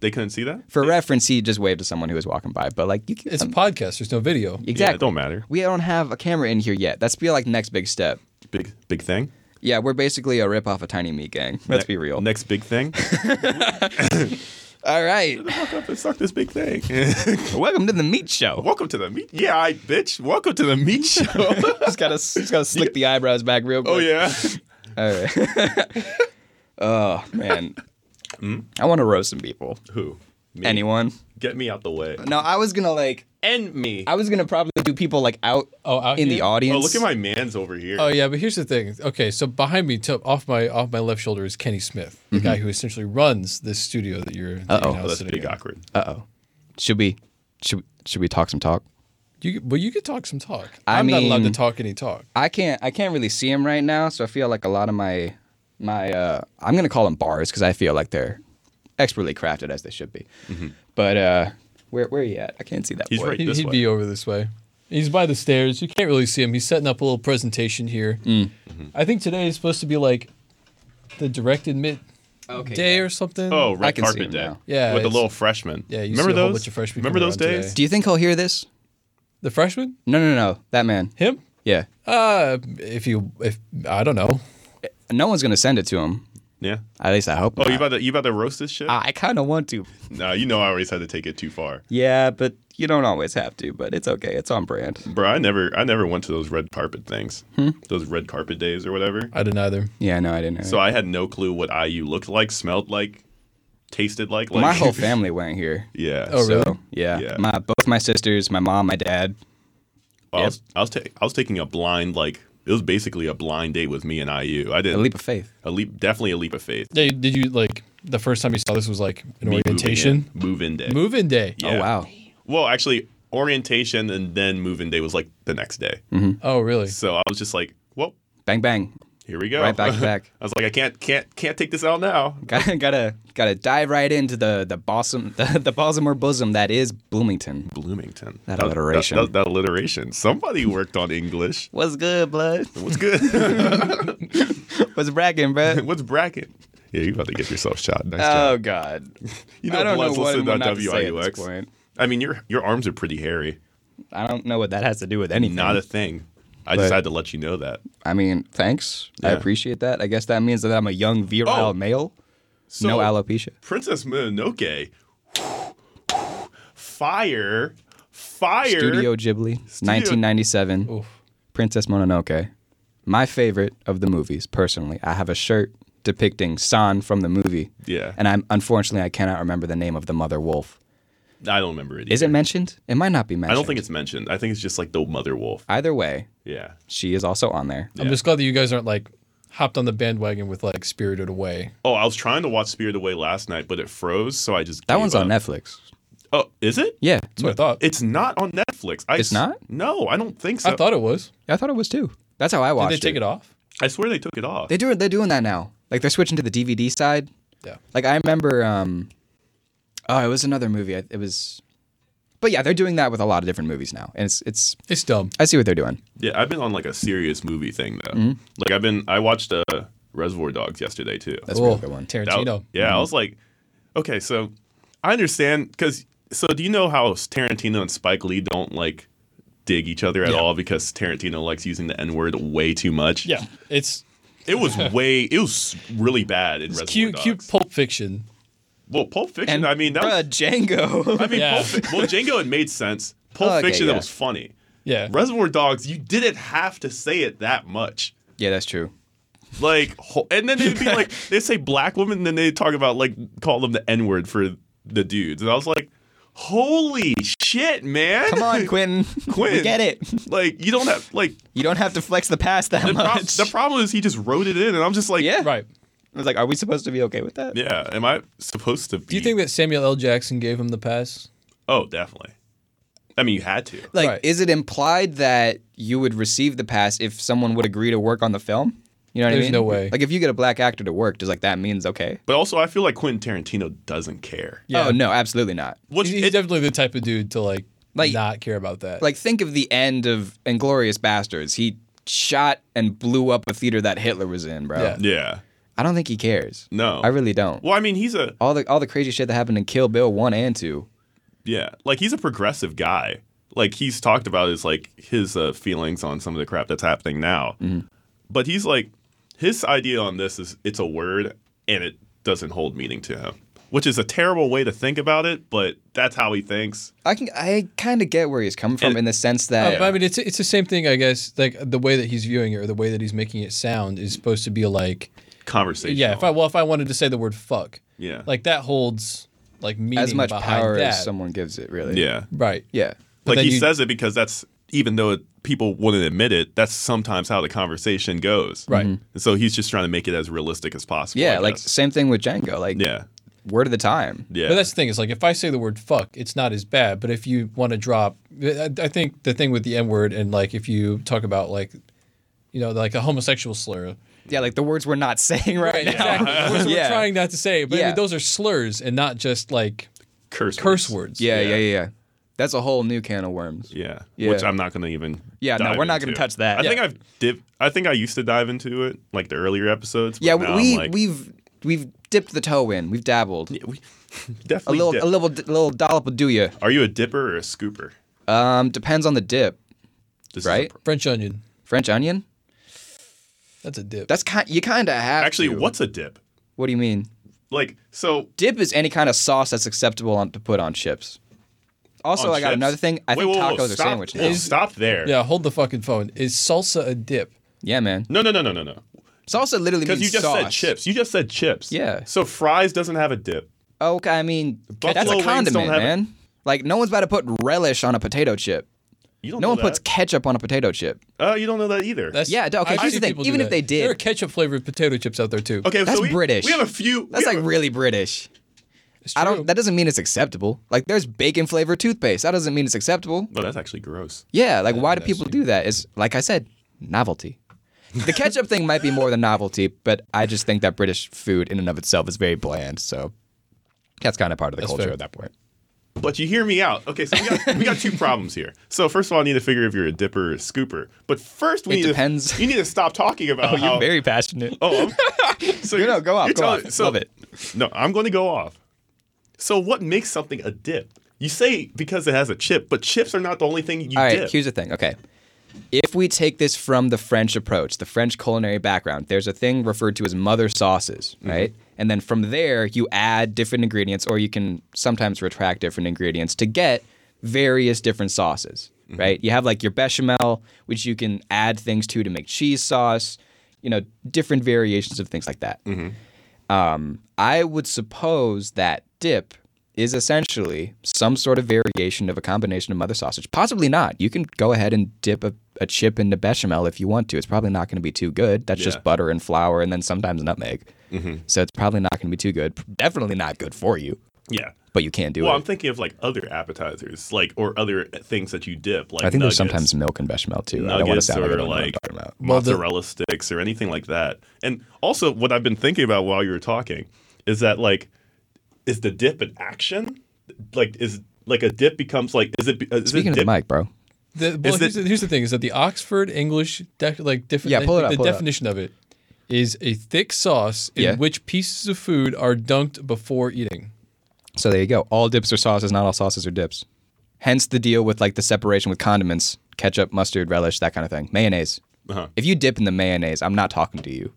[SPEAKER 2] They couldn't see that?
[SPEAKER 1] For reference, he just waved to someone who was walking by. But like, you can,
[SPEAKER 3] It's a podcast. There's no video.
[SPEAKER 1] exactly.
[SPEAKER 2] Yeah, it don't matter.
[SPEAKER 1] we don't have a camera in here yet. That's be like next big step.
[SPEAKER 2] Big big thing.
[SPEAKER 1] Yeah, we're basically a rip off of Tiny Meat Gang. Let's be real.
[SPEAKER 2] Next big thing.
[SPEAKER 1] All right.
[SPEAKER 2] Fuck up and suck this big thing.
[SPEAKER 1] Welcome to the meat show.
[SPEAKER 2] welcome to the meat. Yeah, I bitch. Welcome to the meat show.
[SPEAKER 1] Just gotta, just gotta slick the eyebrows back real quick.
[SPEAKER 2] oh yeah.
[SPEAKER 1] All right. oh man,
[SPEAKER 2] Hmm?
[SPEAKER 1] I want to roast some people.
[SPEAKER 2] Who? Me.
[SPEAKER 1] Anyone?
[SPEAKER 2] Get me out the way.
[SPEAKER 1] No, I was gonna like,
[SPEAKER 2] End me.
[SPEAKER 1] I was gonna probably do people like out,
[SPEAKER 3] Oh, out
[SPEAKER 1] in the
[SPEAKER 3] here?
[SPEAKER 1] audience.
[SPEAKER 2] Oh, look at my man's over here.
[SPEAKER 3] Oh yeah, but here's the thing. Okay, so behind me, to, off my off my left shoulder is Kenny Smith, the
[SPEAKER 1] Mm-hmm.
[SPEAKER 3] guy who essentially runs this studio that you're. That you're now
[SPEAKER 2] Oh, that's
[SPEAKER 3] sitting
[SPEAKER 2] big
[SPEAKER 3] in.
[SPEAKER 2] awkward.
[SPEAKER 1] Uh oh. Should we, should should we talk some talk?
[SPEAKER 3] You well, you could talk some talk.
[SPEAKER 1] I
[SPEAKER 3] am not allowed to
[SPEAKER 1] mean-
[SPEAKER 3] talk any talk.
[SPEAKER 1] I can't, I can't really see him right now, so I feel like a lot of my, my, uh, I'm gonna call them bars because I feel like they're expertly crafted as they should be. But uh, where where are you at? I can't see that.
[SPEAKER 2] Mm-hmm. He's
[SPEAKER 1] boy.
[SPEAKER 2] right
[SPEAKER 3] He,
[SPEAKER 2] this
[SPEAKER 3] would
[SPEAKER 2] way.
[SPEAKER 3] be over this way. He's by the stairs. You can't really see him. He's setting up a little presentation here.
[SPEAKER 2] Mm-hmm.
[SPEAKER 3] I think today is supposed to be like the directed mid
[SPEAKER 1] Okay,
[SPEAKER 3] day
[SPEAKER 1] yeah.
[SPEAKER 3] or something.
[SPEAKER 2] Oh, red
[SPEAKER 1] I can see
[SPEAKER 2] carpet
[SPEAKER 1] him
[SPEAKER 2] day.
[SPEAKER 1] now.
[SPEAKER 3] Yeah,
[SPEAKER 2] with the
[SPEAKER 3] it's-
[SPEAKER 2] little freshmen.
[SPEAKER 3] Yeah, you
[SPEAKER 2] remember
[SPEAKER 3] see a
[SPEAKER 2] those?
[SPEAKER 3] whole bunch of freshmen
[SPEAKER 2] Remember
[SPEAKER 3] coming
[SPEAKER 2] those
[SPEAKER 3] around
[SPEAKER 2] days?
[SPEAKER 3] today.
[SPEAKER 1] Do you think he'll hear this?
[SPEAKER 3] the freshman,
[SPEAKER 1] No, no, no, that man.
[SPEAKER 3] him.
[SPEAKER 1] Yeah.
[SPEAKER 3] Uh, if you if I don't know.
[SPEAKER 1] No one's gonna send it to him.
[SPEAKER 2] Yeah.
[SPEAKER 1] At least I hope.
[SPEAKER 2] Oh,
[SPEAKER 1] not.
[SPEAKER 2] you about to you about to roast this
[SPEAKER 3] Ah.
[SPEAKER 2] shit?
[SPEAKER 1] I kind of want to.
[SPEAKER 2] no, you know I always had to take it too far.
[SPEAKER 1] Yeah, but you don't always have to. But it's okay. It's on brand.
[SPEAKER 2] Bro, I never I never went to those red carpet things.
[SPEAKER 3] Hmm?
[SPEAKER 2] Those red carpet days or whatever.
[SPEAKER 3] I didn't either.
[SPEAKER 1] Yeah, no, I didn't. Know
[SPEAKER 2] So I had no clue what IU looked like, smelled like, tasted like. like
[SPEAKER 1] my whole family went here.
[SPEAKER 2] yeah.
[SPEAKER 3] Oh,
[SPEAKER 1] So
[SPEAKER 3] Really?
[SPEAKER 1] yeah,
[SPEAKER 2] Yeah.
[SPEAKER 1] my both my sisters, my mom, my dad.
[SPEAKER 2] I was I was, ta- I was taking a blind like it was basically a blind date with me and IU. I did
[SPEAKER 1] A leap of faith.
[SPEAKER 2] a leap definitely a leap of faith.
[SPEAKER 3] Yeah, you- did you like the first time you saw this was like an
[SPEAKER 2] Me
[SPEAKER 3] orientation
[SPEAKER 2] move in day.
[SPEAKER 3] move in day?
[SPEAKER 2] Yeah.
[SPEAKER 1] Oh wow.
[SPEAKER 2] Well, actually, orientation and then move in day was like the next day.
[SPEAKER 3] Oh, really?
[SPEAKER 2] So I was just like, well,
[SPEAKER 1] Bang bang.
[SPEAKER 2] Here we go.
[SPEAKER 1] Right back to back.
[SPEAKER 2] I was like, I can't, can't, can't take this out now.
[SPEAKER 1] Gotta gotta gotta dive right into the the balsam the, the Baltimore bosom that is Bloomington.
[SPEAKER 2] Bloomington.
[SPEAKER 1] That
[SPEAKER 2] That-
[SPEAKER 1] alliteration.
[SPEAKER 2] That, that alliteration. Somebody worked on English.
[SPEAKER 1] What's good, blood?
[SPEAKER 2] What's good?
[SPEAKER 1] What's bragging, bro?
[SPEAKER 2] What's bracket? Yeah, you about to get yourself shot. Nice
[SPEAKER 1] Oh
[SPEAKER 2] job.
[SPEAKER 1] God.
[SPEAKER 2] You
[SPEAKER 1] I don't know
[SPEAKER 2] Blood's
[SPEAKER 1] what
[SPEAKER 2] listed
[SPEAKER 1] and what
[SPEAKER 2] on
[SPEAKER 1] not to say at this
[SPEAKER 2] WIUX.
[SPEAKER 1] point.
[SPEAKER 2] I mean, your your arms are pretty hairy.
[SPEAKER 1] I don't know what that has to do with anything.
[SPEAKER 2] Not a thing. I just had to let you know that.
[SPEAKER 1] I mean, thanks. I
[SPEAKER 2] Yeah.
[SPEAKER 1] appreciate that. I guess that means that I'm a young virile
[SPEAKER 2] Oh.
[SPEAKER 1] male.
[SPEAKER 2] So,
[SPEAKER 1] no alopecia.
[SPEAKER 2] Princess Mononoke. Fire. Fire.
[SPEAKER 1] Studio Ghibli, 1997. Princess Mononoke. My favorite of the movies, personally. I have a shirt depicting San from the movie.
[SPEAKER 2] Yeah.
[SPEAKER 1] And I'm unfortunately I cannot remember the name of the mother wolf.
[SPEAKER 2] I don't remember it.
[SPEAKER 1] Is
[SPEAKER 2] either.
[SPEAKER 1] it mentioned? It might not be mentioned.
[SPEAKER 2] I don't think it's mentioned. I think it's just like the mother wolf.
[SPEAKER 1] Either way,
[SPEAKER 2] Yeah.
[SPEAKER 1] she is also on there.
[SPEAKER 3] I'm just glad that you guys aren't like hopped on the bandwagon with like Spirited Away.
[SPEAKER 2] Oh, I was trying to watch Spirit Away last night, but it froze, so I just
[SPEAKER 1] That
[SPEAKER 2] gave
[SPEAKER 1] one's
[SPEAKER 2] up.
[SPEAKER 1] on Netflix.
[SPEAKER 2] Oh, is it? uh,
[SPEAKER 1] Yeah.
[SPEAKER 3] That's what I thought.
[SPEAKER 2] It's not on Netflix. I
[SPEAKER 1] It's
[SPEAKER 2] s-
[SPEAKER 1] not?
[SPEAKER 2] No, I don't think so.
[SPEAKER 3] I thought it was.
[SPEAKER 1] I thought it was too. That's how I
[SPEAKER 3] Did
[SPEAKER 1] watched
[SPEAKER 3] they take it off?
[SPEAKER 2] I swear they took it off.
[SPEAKER 1] They do they're doing that now. Like they're switching to the DVD side.
[SPEAKER 3] Yeah.
[SPEAKER 1] Like I remember, um, oh, it was another movie. I- It was, but yeah, they're doing that with a lot of different movies now, and it's it's.
[SPEAKER 3] It's dumb.
[SPEAKER 1] I see what they're doing.
[SPEAKER 2] Yeah, I've been on like a serious movie thing though.
[SPEAKER 1] Mm-hmm.
[SPEAKER 2] Like I've been I watched uh, Reservoir Dogs yesterday too.
[SPEAKER 1] That's Mm-hmm. a
[SPEAKER 3] Cool.
[SPEAKER 1] really good one.
[SPEAKER 2] That-
[SPEAKER 3] Tarantino.
[SPEAKER 2] yeah, I was like, okay, so I understand because so do you know how Tarantino and Spike Lee don't like dig each other at all because Tarantino likes using the N word way too much.
[SPEAKER 3] Yeah. It's
[SPEAKER 2] it was way it was really bad in Reservoir
[SPEAKER 3] cute,
[SPEAKER 2] Dogs.
[SPEAKER 3] cute Pulp Fiction.
[SPEAKER 2] Well, Pulp Fiction. I mean, that was,
[SPEAKER 1] Bruh, Django.
[SPEAKER 2] I mean,
[SPEAKER 3] Yeah.
[SPEAKER 2] Pulp Fi- well, Django it made sense. Pulp
[SPEAKER 1] Oh, Okay,
[SPEAKER 2] Fiction
[SPEAKER 1] yeah.
[SPEAKER 2] that was funny.
[SPEAKER 3] Yeah.
[SPEAKER 2] Reservoir Dogs, you didn't have to say it that much.
[SPEAKER 1] yeah, that's true.
[SPEAKER 2] Like, ho- and then they'd be like, they say black woman, and then they talk about like call them the N word for the dudes, and I was like, holy shit, man!
[SPEAKER 1] Come on, Quentin.
[SPEAKER 2] Quinn,
[SPEAKER 1] we get it.
[SPEAKER 2] Like, you don't have like
[SPEAKER 1] You don't have to flex the past that
[SPEAKER 2] the, prob-
[SPEAKER 1] much.
[SPEAKER 2] the problem is he just wrote it in, and I'm just like,
[SPEAKER 1] yeah,
[SPEAKER 3] Right.
[SPEAKER 1] I was like, are we supposed to be okay with that?
[SPEAKER 2] yeah. Am I supposed to? Be?
[SPEAKER 3] Do you think that Samuel L. Jackson gave him the pass?
[SPEAKER 2] Oh, definitely. I mean, you had to.
[SPEAKER 1] Like,
[SPEAKER 3] Right.
[SPEAKER 1] is it implied that you would receive the pass if someone would agree to work on the film? You know what I
[SPEAKER 3] There's
[SPEAKER 1] mean?
[SPEAKER 3] no way.
[SPEAKER 1] Like, if you get a black actor to work, does like that means okay?
[SPEAKER 2] But also, I feel like Quentin Tarantino doesn't care.
[SPEAKER 3] Yeah.
[SPEAKER 1] Oh no, absolutely not.
[SPEAKER 2] Which
[SPEAKER 3] he's he's
[SPEAKER 2] it-
[SPEAKER 3] definitely the type of dude to like,
[SPEAKER 1] Like-
[SPEAKER 3] not care about that.
[SPEAKER 1] like think of the end of Inglorious Bastards. He shot and blew up a theater that Hitler was in, bro.
[SPEAKER 3] Yeah.
[SPEAKER 2] yeah.
[SPEAKER 1] I don't think he cares.
[SPEAKER 2] No.
[SPEAKER 1] I really don't.
[SPEAKER 2] Well, I mean, he's a
[SPEAKER 1] All the all the crazy shit that happened in Kill Bill one and two.
[SPEAKER 2] yeah, like he's a progressive guy. Like he's talked about his like his uh, feelings on some of the crap that's happening now.
[SPEAKER 3] Mm-hmm.
[SPEAKER 2] But he's like his idea on this is it's a word and it doesn't hold meaning to him, which is a terrible way to think about it. But that's how he thinks.
[SPEAKER 1] I can I kind of get where he's coming from
[SPEAKER 2] It-
[SPEAKER 1] in the sense
[SPEAKER 3] Uh,
[SPEAKER 1] that
[SPEAKER 3] but I mean, it's it's the same thing, I guess. Like the way that he's viewing it, or the way that he's making it sound, is supposed to be like,
[SPEAKER 2] Conversation.
[SPEAKER 3] yeah. If I well, if I wanted to say the word fuck,
[SPEAKER 2] Yeah.
[SPEAKER 3] like that holds like meaning
[SPEAKER 1] as much
[SPEAKER 3] behind
[SPEAKER 1] power
[SPEAKER 3] that.
[SPEAKER 1] as someone gives it, really.
[SPEAKER 2] yeah.
[SPEAKER 3] right?
[SPEAKER 1] Yeah.
[SPEAKER 3] But
[SPEAKER 2] Like
[SPEAKER 3] then
[SPEAKER 2] he
[SPEAKER 3] you-
[SPEAKER 2] says it because that's even though it, people wouldn't admit it, that's sometimes how the conversation goes.
[SPEAKER 3] Right. Mhm.
[SPEAKER 2] And so he's just trying to make it as realistic as possible.
[SPEAKER 1] Yeah.
[SPEAKER 2] I
[SPEAKER 1] like
[SPEAKER 2] guess.
[SPEAKER 1] same thing with Django. Like
[SPEAKER 2] yeah.
[SPEAKER 1] word of the time.
[SPEAKER 2] Yeah.
[SPEAKER 3] But that's the thing. Is like if I say the word fuck, it's not as bad. But if you want to drop, I, I think the thing with the N word and like if you talk about like, you know, like a homosexual slur.
[SPEAKER 1] Yeah, like the words we're not saying right, now.
[SPEAKER 3] exactly. Which
[SPEAKER 1] Yeah.
[SPEAKER 3] We're trying not to say, but I mean,
[SPEAKER 1] Yeah.
[SPEAKER 3] those are slurs and not just like
[SPEAKER 2] curse
[SPEAKER 3] curse words.
[SPEAKER 1] Yeah, yeah,
[SPEAKER 2] Yeah.
[SPEAKER 1] yeah, yeah. That's a whole new can of worms.
[SPEAKER 2] Yeah.
[SPEAKER 1] Yeah.
[SPEAKER 2] Which I'm not going to even.
[SPEAKER 1] Yeah, no,
[SPEAKER 2] dive
[SPEAKER 1] we're not gonna
[SPEAKER 2] into.
[SPEAKER 1] touch that.
[SPEAKER 2] I
[SPEAKER 1] Yeah.
[SPEAKER 2] think I've div- I think I used to dive into it like the earlier episodes. But
[SPEAKER 1] Yeah,
[SPEAKER 2] now
[SPEAKER 1] we
[SPEAKER 2] I'm like,
[SPEAKER 1] we've we've dipped the toe in. We've dabbled.
[SPEAKER 2] we
[SPEAKER 1] a
[SPEAKER 2] definitely.
[SPEAKER 1] little
[SPEAKER 2] dip.
[SPEAKER 1] a little d- little dollop will do you.
[SPEAKER 2] Are you a dipper or a scooper?
[SPEAKER 1] Um, depends on the dip.
[SPEAKER 2] This is
[SPEAKER 1] Right?
[SPEAKER 2] a pr-
[SPEAKER 3] French onion.
[SPEAKER 1] French onion.
[SPEAKER 3] That's a dip.
[SPEAKER 1] That's kind. You kind of have.
[SPEAKER 2] Actually,
[SPEAKER 1] to.
[SPEAKER 2] what's a dip?
[SPEAKER 1] What do you mean?
[SPEAKER 2] Like so.
[SPEAKER 1] Dip is any kind of sauce that's acceptable on, to put on chips. Also,
[SPEAKER 2] on
[SPEAKER 1] I got
[SPEAKER 2] chips-
[SPEAKER 1] another thing. I
[SPEAKER 2] Wait,
[SPEAKER 1] think
[SPEAKER 2] whoa, whoa,
[SPEAKER 1] tacos are
[SPEAKER 2] stop,
[SPEAKER 1] sandwich
[SPEAKER 2] whoa,
[SPEAKER 1] now.
[SPEAKER 2] stop there.
[SPEAKER 3] yeah. Hold the fucking phone. Is salsa a dip?
[SPEAKER 1] Yeah, man.
[SPEAKER 2] No, no, no, no, no, no.
[SPEAKER 1] Salsa literally means
[SPEAKER 2] Because you just
[SPEAKER 1] sauce.
[SPEAKER 2] said chips. You just said chips.
[SPEAKER 1] Yeah.
[SPEAKER 2] So fries doesn't have a dip.
[SPEAKER 1] Okay, I mean that's
[SPEAKER 2] Buffalo
[SPEAKER 1] a
[SPEAKER 2] wings don't
[SPEAKER 1] condiment,
[SPEAKER 2] have it.
[SPEAKER 1] man. Like no one's about to put relish on a potato chip.
[SPEAKER 2] You don't.
[SPEAKER 1] No
[SPEAKER 2] know
[SPEAKER 1] one
[SPEAKER 2] that.
[SPEAKER 1] puts ketchup on a potato chip.
[SPEAKER 2] Oh, you don't know that either.
[SPEAKER 3] That's
[SPEAKER 1] Yeah, okay,
[SPEAKER 3] I've
[SPEAKER 1] here's
[SPEAKER 3] seen
[SPEAKER 1] the thing,
[SPEAKER 3] people do
[SPEAKER 1] even if
[SPEAKER 3] that.
[SPEAKER 1] they did-
[SPEAKER 3] there are ketchup flavored potato chips out there too.
[SPEAKER 2] okay.
[SPEAKER 1] That's
[SPEAKER 2] so we,
[SPEAKER 1] British.
[SPEAKER 2] We have a few.
[SPEAKER 1] That's
[SPEAKER 2] we
[SPEAKER 1] like
[SPEAKER 2] have a-
[SPEAKER 1] really British.
[SPEAKER 3] It's
[SPEAKER 1] I
[SPEAKER 3] true.
[SPEAKER 1] don't. That doesn't mean it's acceptable. Like there's bacon flavored toothpaste. That doesn't mean it's acceptable.
[SPEAKER 2] Oh, that's actually gross.
[SPEAKER 1] Yeah, like why do people do that? It's like I said, novelty. the ketchup thing might be more the novelty, but I just think that British food in and of itself is very bland. So that's kind of part of the culture
[SPEAKER 3] fair.
[SPEAKER 1] at that point.
[SPEAKER 2] But you hear me out. Okay, so we got, we got two problems here. So first of all, I need to figure if you're a dipper or a scooper. But first, we
[SPEAKER 1] It
[SPEAKER 2] need
[SPEAKER 1] depends.
[SPEAKER 2] To, you need to stop talking about.
[SPEAKER 1] Oh, you're
[SPEAKER 2] how-
[SPEAKER 1] very passionate.
[SPEAKER 2] Oh, I'm- so
[SPEAKER 1] No, no, go off,
[SPEAKER 2] you're
[SPEAKER 1] go
[SPEAKER 2] telling-
[SPEAKER 1] off. Love it.
[SPEAKER 2] No, I'm going to go off. So what makes something a dip? You say because it has a chip, but chips are not the only thing you
[SPEAKER 1] All right,
[SPEAKER 2] dip.
[SPEAKER 1] here's the thing. Okay. If we take this from the French approach, the French culinary background, there's a thing referred to as mother sauces, right? And then from there, you add different ingredients, or you can sometimes retract different ingredients to get various different sauces, right? You have like your bechamel, which you can add things to to make cheese sauce, you know, different variations of things like that. I would suppose that dip is essentially some sort of variation of a combination of mother sausage. Possibly not. You can go ahead and dip a, a chip into bechamel if you want to. It's probably not going to be too good. That's
[SPEAKER 2] Yeah. Mm-hmm.
[SPEAKER 1] just butter and flour and then sometimes nutmeg. So it's probably not going to be too good. Definitely not good for you,
[SPEAKER 2] yeah.
[SPEAKER 1] but you can do
[SPEAKER 2] Well,
[SPEAKER 1] it.
[SPEAKER 2] I'm thinking of like other appetizers, like or other things that you dip. Like
[SPEAKER 1] I think
[SPEAKER 2] nuggets,
[SPEAKER 1] there's sometimes milk and bechamel too. I don't want to
[SPEAKER 2] nuggets
[SPEAKER 1] sound like I
[SPEAKER 2] or
[SPEAKER 1] don't know what I'm
[SPEAKER 2] like
[SPEAKER 1] talking about.
[SPEAKER 3] Well, the-
[SPEAKER 2] mozzarella sticks or anything like that. And also, what I've been thinking about while you were talking is that like, is the dip an action? Like, is like a dip becomes like is it is
[SPEAKER 1] Speaking
[SPEAKER 2] it
[SPEAKER 1] of
[SPEAKER 2] dip,
[SPEAKER 1] the mic, bro.
[SPEAKER 3] The, well,
[SPEAKER 2] Is
[SPEAKER 3] here's,
[SPEAKER 2] it-
[SPEAKER 3] the, here's the thing: is that the Oxford English def, like defi-
[SPEAKER 1] Yeah, pull it
[SPEAKER 3] the-
[SPEAKER 1] up,
[SPEAKER 3] the
[SPEAKER 1] pull it up.
[SPEAKER 3] definition of it is a thick sauce in
[SPEAKER 1] Yeah.
[SPEAKER 3] which pieces of food are dunked before eating.
[SPEAKER 1] So there you go. All dips are sauces, not all sauces are dips. Hence the deal with like the separation with condiments, ketchup, mustard, relish, that kind of thing. Mayonnaise.
[SPEAKER 2] Uh-huh.
[SPEAKER 1] If you dip in the mayonnaise, I'm not talking to you.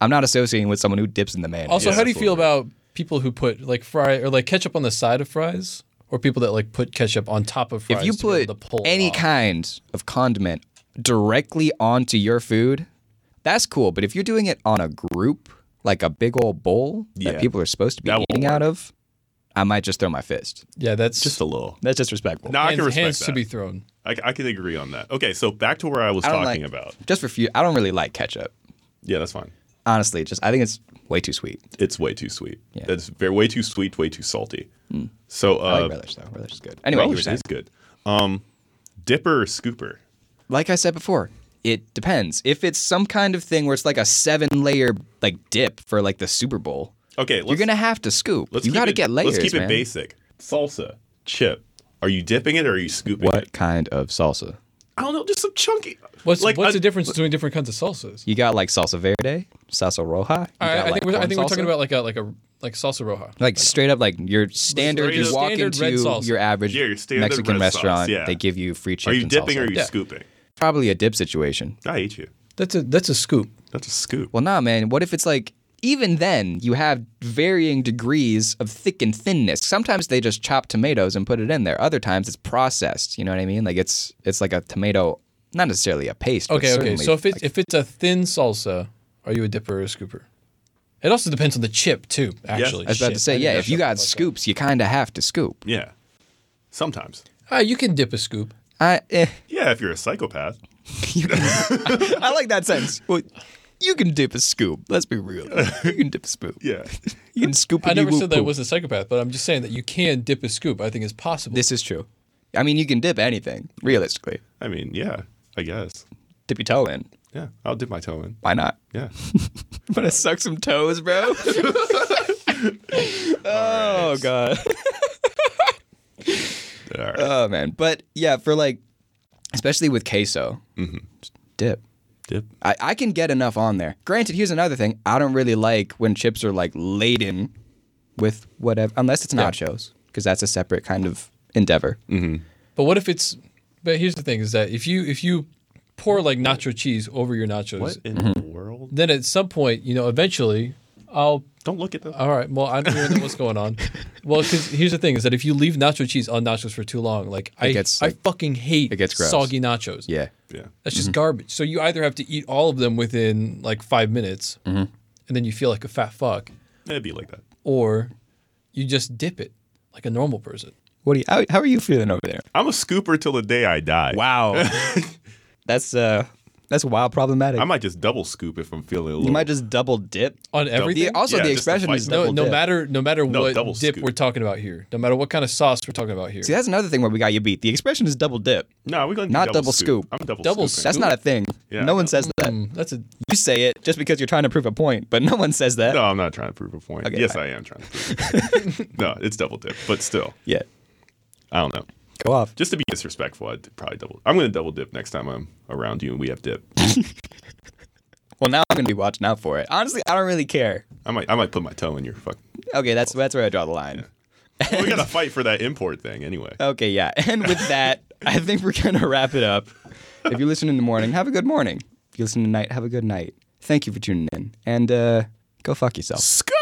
[SPEAKER 1] I'm not associating with someone who dips in the mayonnaise.
[SPEAKER 3] Also,
[SPEAKER 2] Yeah,
[SPEAKER 3] how do you
[SPEAKER 2] that's
[SPEAKER 3] feel
[SPEAKER 2] what
[SPEAKER 3] about people who put like fry or like ketchup on the side of fries, or people that like put ketchup on top of fries?
[SPEAKER 1] if you
[SPEAKER 3] to be
[SPEAKER 1] put
[SPEAKER 3] able to pull
[SPEAKER 1] any
[SPEAKER 3] off?
[SPEAKER 1] kind of condiment directly onto your food, that's cool. But if you're doing it on a group, like a big old bowl
[SPEAKER 2] Yeah.
[SPEAKER 1] that people are supposed to be
[SPEAKER 2] That won't
[SPEAKER 1] eating out of, I might just throw my fist.
[SPEAKER 3] yeah, that's
[SPEAKER 2] just a little?
[SPEAKER 1] That's disrespectful.
[SPEAKER 2] No, I
[SPEAKER 3] hands,
[SPEAKER 2] can respect
[SPEAKER 3] hands
[SPEAKER 2] that.
[SPEAKER 3] to be thrown.
[SPEAKER 2] I, I can agree on that. Okay, so back to where I was
[SPEAKER 1] I don't
[SPEAKER 2] talking
[SPEAKER 1] like,
[SPEAKER 2] about.
[SPEAKER 1] Just refuse. I don't really like ketchup.
[SPEAKER 2] Yeah, that's fine.
[SPEAKER 1] honestly, just I think it's way too sweet.
[SPEAKER 2] It's way too sweet. That's very way too sweet, way too salty. So uh,
[SPEAKER 1] Hmm. I like relish though. Relish is good. Anyway, you were
[SPEAKER 2] relish
[SPEAKER 1] saying.
[SPEAKER 2] is good. Um, dipper or scooper?
[SPEAKER 1] like I said before, it depends. If it's some kind of thing where it's like a seven layer like dip for like the Super Bowl,
[SPEAKER 2] Okay,
[SPEAKER 1] you're
[SPEAKER 2] let's-
[SPEAKER 1] gonna have to scoop.
[SPEAKER 2] Let's
[SPEAKER 1] you
[SPEAKER 2] keep
[SPEAKER 1] got to
[SPEAKER 2] it-
[SPEAKER 1] get layers,
[SPEAKER 2] Let's keep
[SPEAKER 1] man.
[SPEAKER 2] it basic. Salsa, chip. Are you dipping it or are you scooping it?
[SPEAKER 1] What kind of salsa?
[SPEAKER 2] I don't know, just some chunky.
[SPEAKER 3] What's
[SPEAKER 2] like
[SPEAKER 3] what's
[SPEAKER 2] a-
[SPEAKER 3] the difference between different kinds of salsas?
[SPEAKER 1] You got like salsa verde, salsa roja. You
[SPEAKER 3] All right,
[SPEAKER 1] got,
[SPEAKER 3] I think,
[SPEAKER 1] like,
[SPEAKER 3] we're, I
[SPEAKER 1] corn
[SPEAKER 3] think we're
[SPEAKER 1] salsa.
[SPEAKER 3] talking about like a like a like salsa roja.
[SPEAKER 1] like straight up like your standard.
[SPEAKER 2] Straight
[SPEAKER 1] You
[SPEAKER 2] up-
[SPEAKER 1] walk
[SPEAKER 3] Standard red
[SPEAKER 1] into
[SPEAKER 3] salsa.
[SPEAKER 1] your average
[SPEAKER 2] Yeah, your standard
[SPEAKER 1] Mexican
[SPEAKER 2] red sauce,
[SPEAKER 1] restaurant,
[SPEAKER 2] yeah.
[SPEAKER 1] they give you free
[SPEAKER 2] Are
[SPEAKER 1] chips.
[SPEAKER 2] you
[SPEAKER 1] and
[SPEAKER 2] dipping
[SPEAKER 1] salsa.
[SPEAKER 2] or are you
[SPEAKER 3] Yeah.
[SPEAKER 2] scooping?
[SPEAKER 1] Probably a dip situation.
[SPEAKER 2] I hate you.
[SPEAKER 3] That's a that's a scoop.
[SPEAKER 2] That's a scoop.
[SPEAKER 1] Well, nah, man. What if it's like even then you have varying degrees of thick and thinness. Sometimes they just chop tomatoes and put it in there. Other times it's processed. You know what I mean? Like it's it's like a tomato, not necessarily a paste. but
[SPEAKER 3] Okay, okay.
[SPEAKER 1] certainly,
[SPEAKER 3] So if it's
[SPEAKER 1] like,
[SPEAKER 3] if it's a thin salsa, are you a dipper or a scooper? It also depends on the chip too. Actually,
[SPEAKER 1] I
[SPEAKER 2] I
[SPEAKER 1] was about
[SPEAKER 3] Shit,
[SPEAKER 1] to
[SPEAKER 3] I
[SPEAKER 1] say,
[SPEAKER 3] didn't
[SPEAKER 1] yeah,
[SPEAKER 3] know
[SPEAKER 1] if you
[SPEAKER 3] something
[SPEAKER 1] got
[SPEAKER 3] about that.
[SPEAKER 1] scoops, you kind of have to scoop.
[SPEAKER 2] Yeah. Sometimes.
[SPEAKER 3] Ah, you can dip a scoop.
[SPEAKER 1] I eh,
[SPEAKER 2] Yeah, if you're a psychopath.
[SPEAKER 1] I like that sentence. Well, you can dip a scoop. Let's be real. You can dip a scoop.
[SPEAKER 2] Yeah.
[SPEAKER 1] You can scoop.
[SPEAKER 3] I
[SPEAKER 1] and you
[SPEAKER 3] never said
[SPEAKER 1] whoop
[SPEAKER 3] that I
[SPEAKER 1] poop.
[SPEAKER 3] was a psychopath, but I'm just saying that you can dip a scoop. I think it's possible.
[SPEAKER 1] This is true. I mean, you can dip anything realistically.
[SPEAKER 2] I mean, yeah, I guess.
[SPEAKER 1] Dip your toe in.
[SPEAKER 2] Yeah, I'll dip my toe in.
[SPEAKER 1] Why not?
[SPEAKER 2] Yeah.
[SPEAKER 1] I'm gonna suck some toes, bro. oh god.
[SPEAKER 2] All right.
[SPEAKER 1] Oh man. But yeah, for like, especially with queso,
[SPEAKER 2] Mm-hmm.
[SPEAKER 1] just dip.
[SPEAKER 2] dip.
[SPEAKER 1] I, I can get enough on there. Granted, here's another thing. I don't really like when chips are like laden with whatever, unless it's nachos, because that's a separate kind of endeavor.
[SPEAKER 2] Mm.
[SPEAKER 3] But what if it's? But here's the thing: is that if you if you pour like nacho cheese over your nachos,
[SPEAKER 2] What in
[SPEAKER 1] Mm-hmm.
[SPEAKER 2] the world?
[SPEAKER 3] then at some point, you know, eventually, I'll.
[SPEAKER 2] Don't look at them.
[SPEAKER 1] Uh,
[SPEAKER 3] All right. Well, I don't really know what's going on. Well, because here's the thing: is that if you leave nacho cheese on nachos for too long, like I,
[SPEAKER 1] gets,
[SPEAKER 3] I
[SPEAKER 1] like-
[SPEAKER 3] fucking hate
[SPEAKER 1] it gets gross.
[SPEAKER 3] soggy nachos.
[SPEAKER 1] Yeah.
[SPEAKER 2] yeah.
[SPEAKER 3] That's just garbage. So you either have to eat all of them within like five minutes,
[SPEAKER 2] Mm-hmm.
[SPEAKER 3] and then you feel like a fat fuck,
[SPEAKER 2] It'd be like that.
[SPEAKER 3] or you just dip it like a normal person.
[SPEAKER 1] What do you? How, how are you feeling over there?
[SPEAKER 2] I'm a scooper till the day I die.
[SPEAKER 1] Wow. that's uh, That's wild problematic. Oh,
[SPEAKER 2] I might just double scoop if I'm feeling a little.
[SPEAKER 1] you might just double dip.
[SPEAKER 3] on everything.
[SPEAKER 1] The, also,
[SPEAKER 2] Yeah,
[SPEAKER 1] the
[SPEAKER 2] just the
[SPEAKER 1] expression
[SPEAKER 2] fight
[SPEAKER 1] is
[SPEAKER 2] double
[SPEAKER 1] double
[SPEAKER 3] no, no
[SPEAKER 1] dip.
[SPEAKER 3] matter no matter
[SPEAKER 2] No,
[SPEAKER 3] what
[SPEAKER 2] double
[SPEAKER 3] dip
[SPEAKER 2] scoop.
[SPEAKER 3] we're talking about here, no matter what kind of sauce we're talking about here,
[SPEAKER 1] See, that's another thing where we got you beat. The expression is double dip.
[SPEAKER 2] no, we're going to
[SPEAKER 1] Not
[SPEAKER 2] double,
[SPEAKER 1] double
[SPEAKER 2] scoop.
[SPEAKER 1] scoop.
[SPEAKER 2] I'm double,
[SPEAKER 3] Double
[SPEAKER 2] scooping.
[SPEAKER 1] That's not a thing.
[SPEAKER 2] Yeah,
[SPEAKER 1] no
[SPEAKER 2] I
[SPEAKER 1] one
[SPEAKER 2] know.
[SPEAKER 1] says that.
[SPEAKER 3] Mm, that's a
[SPEAKER 1] You say it just because you're trying to prove a point, but no one says that.
[SPEAKER 2] No, I'm not trying to prove a point.
[SPEAKER 1] Okay,
[SPEAKER 2] yes,
[SPEAKER 1] fine.
[SPEAKER 2] I am trying to prove a point. no, it's double dip, but still,
[SPEAKER 1] Yeah.
[SPEAKER 2] I don't know.
[SPEAKER 1] Go off.
[SPEAKER 2] Just to be disrespectful, I'd probably double. I'm going to double dip next time I'm around you and we have dip.
[SPEAKER 1] Well, now I'm gonna be watching out for it. Honestly, I don't really care.
[SPEAKER 2] I might, I might put my toe in your fuck.
[SPEAKER 1] Okay, that's that's where I draw the line.
[SPEAKER 2] we got to fight for that import thing anyway.
[SPEAKER 1] Okay, yeah. And with that, I think we're gonna wrap it up. If you listen in the morning, have a good morning. If you listen at night, have a good night. Thank you for tuning in, and uh, go fuck yourself.
[SPEAKER 2] Scoop.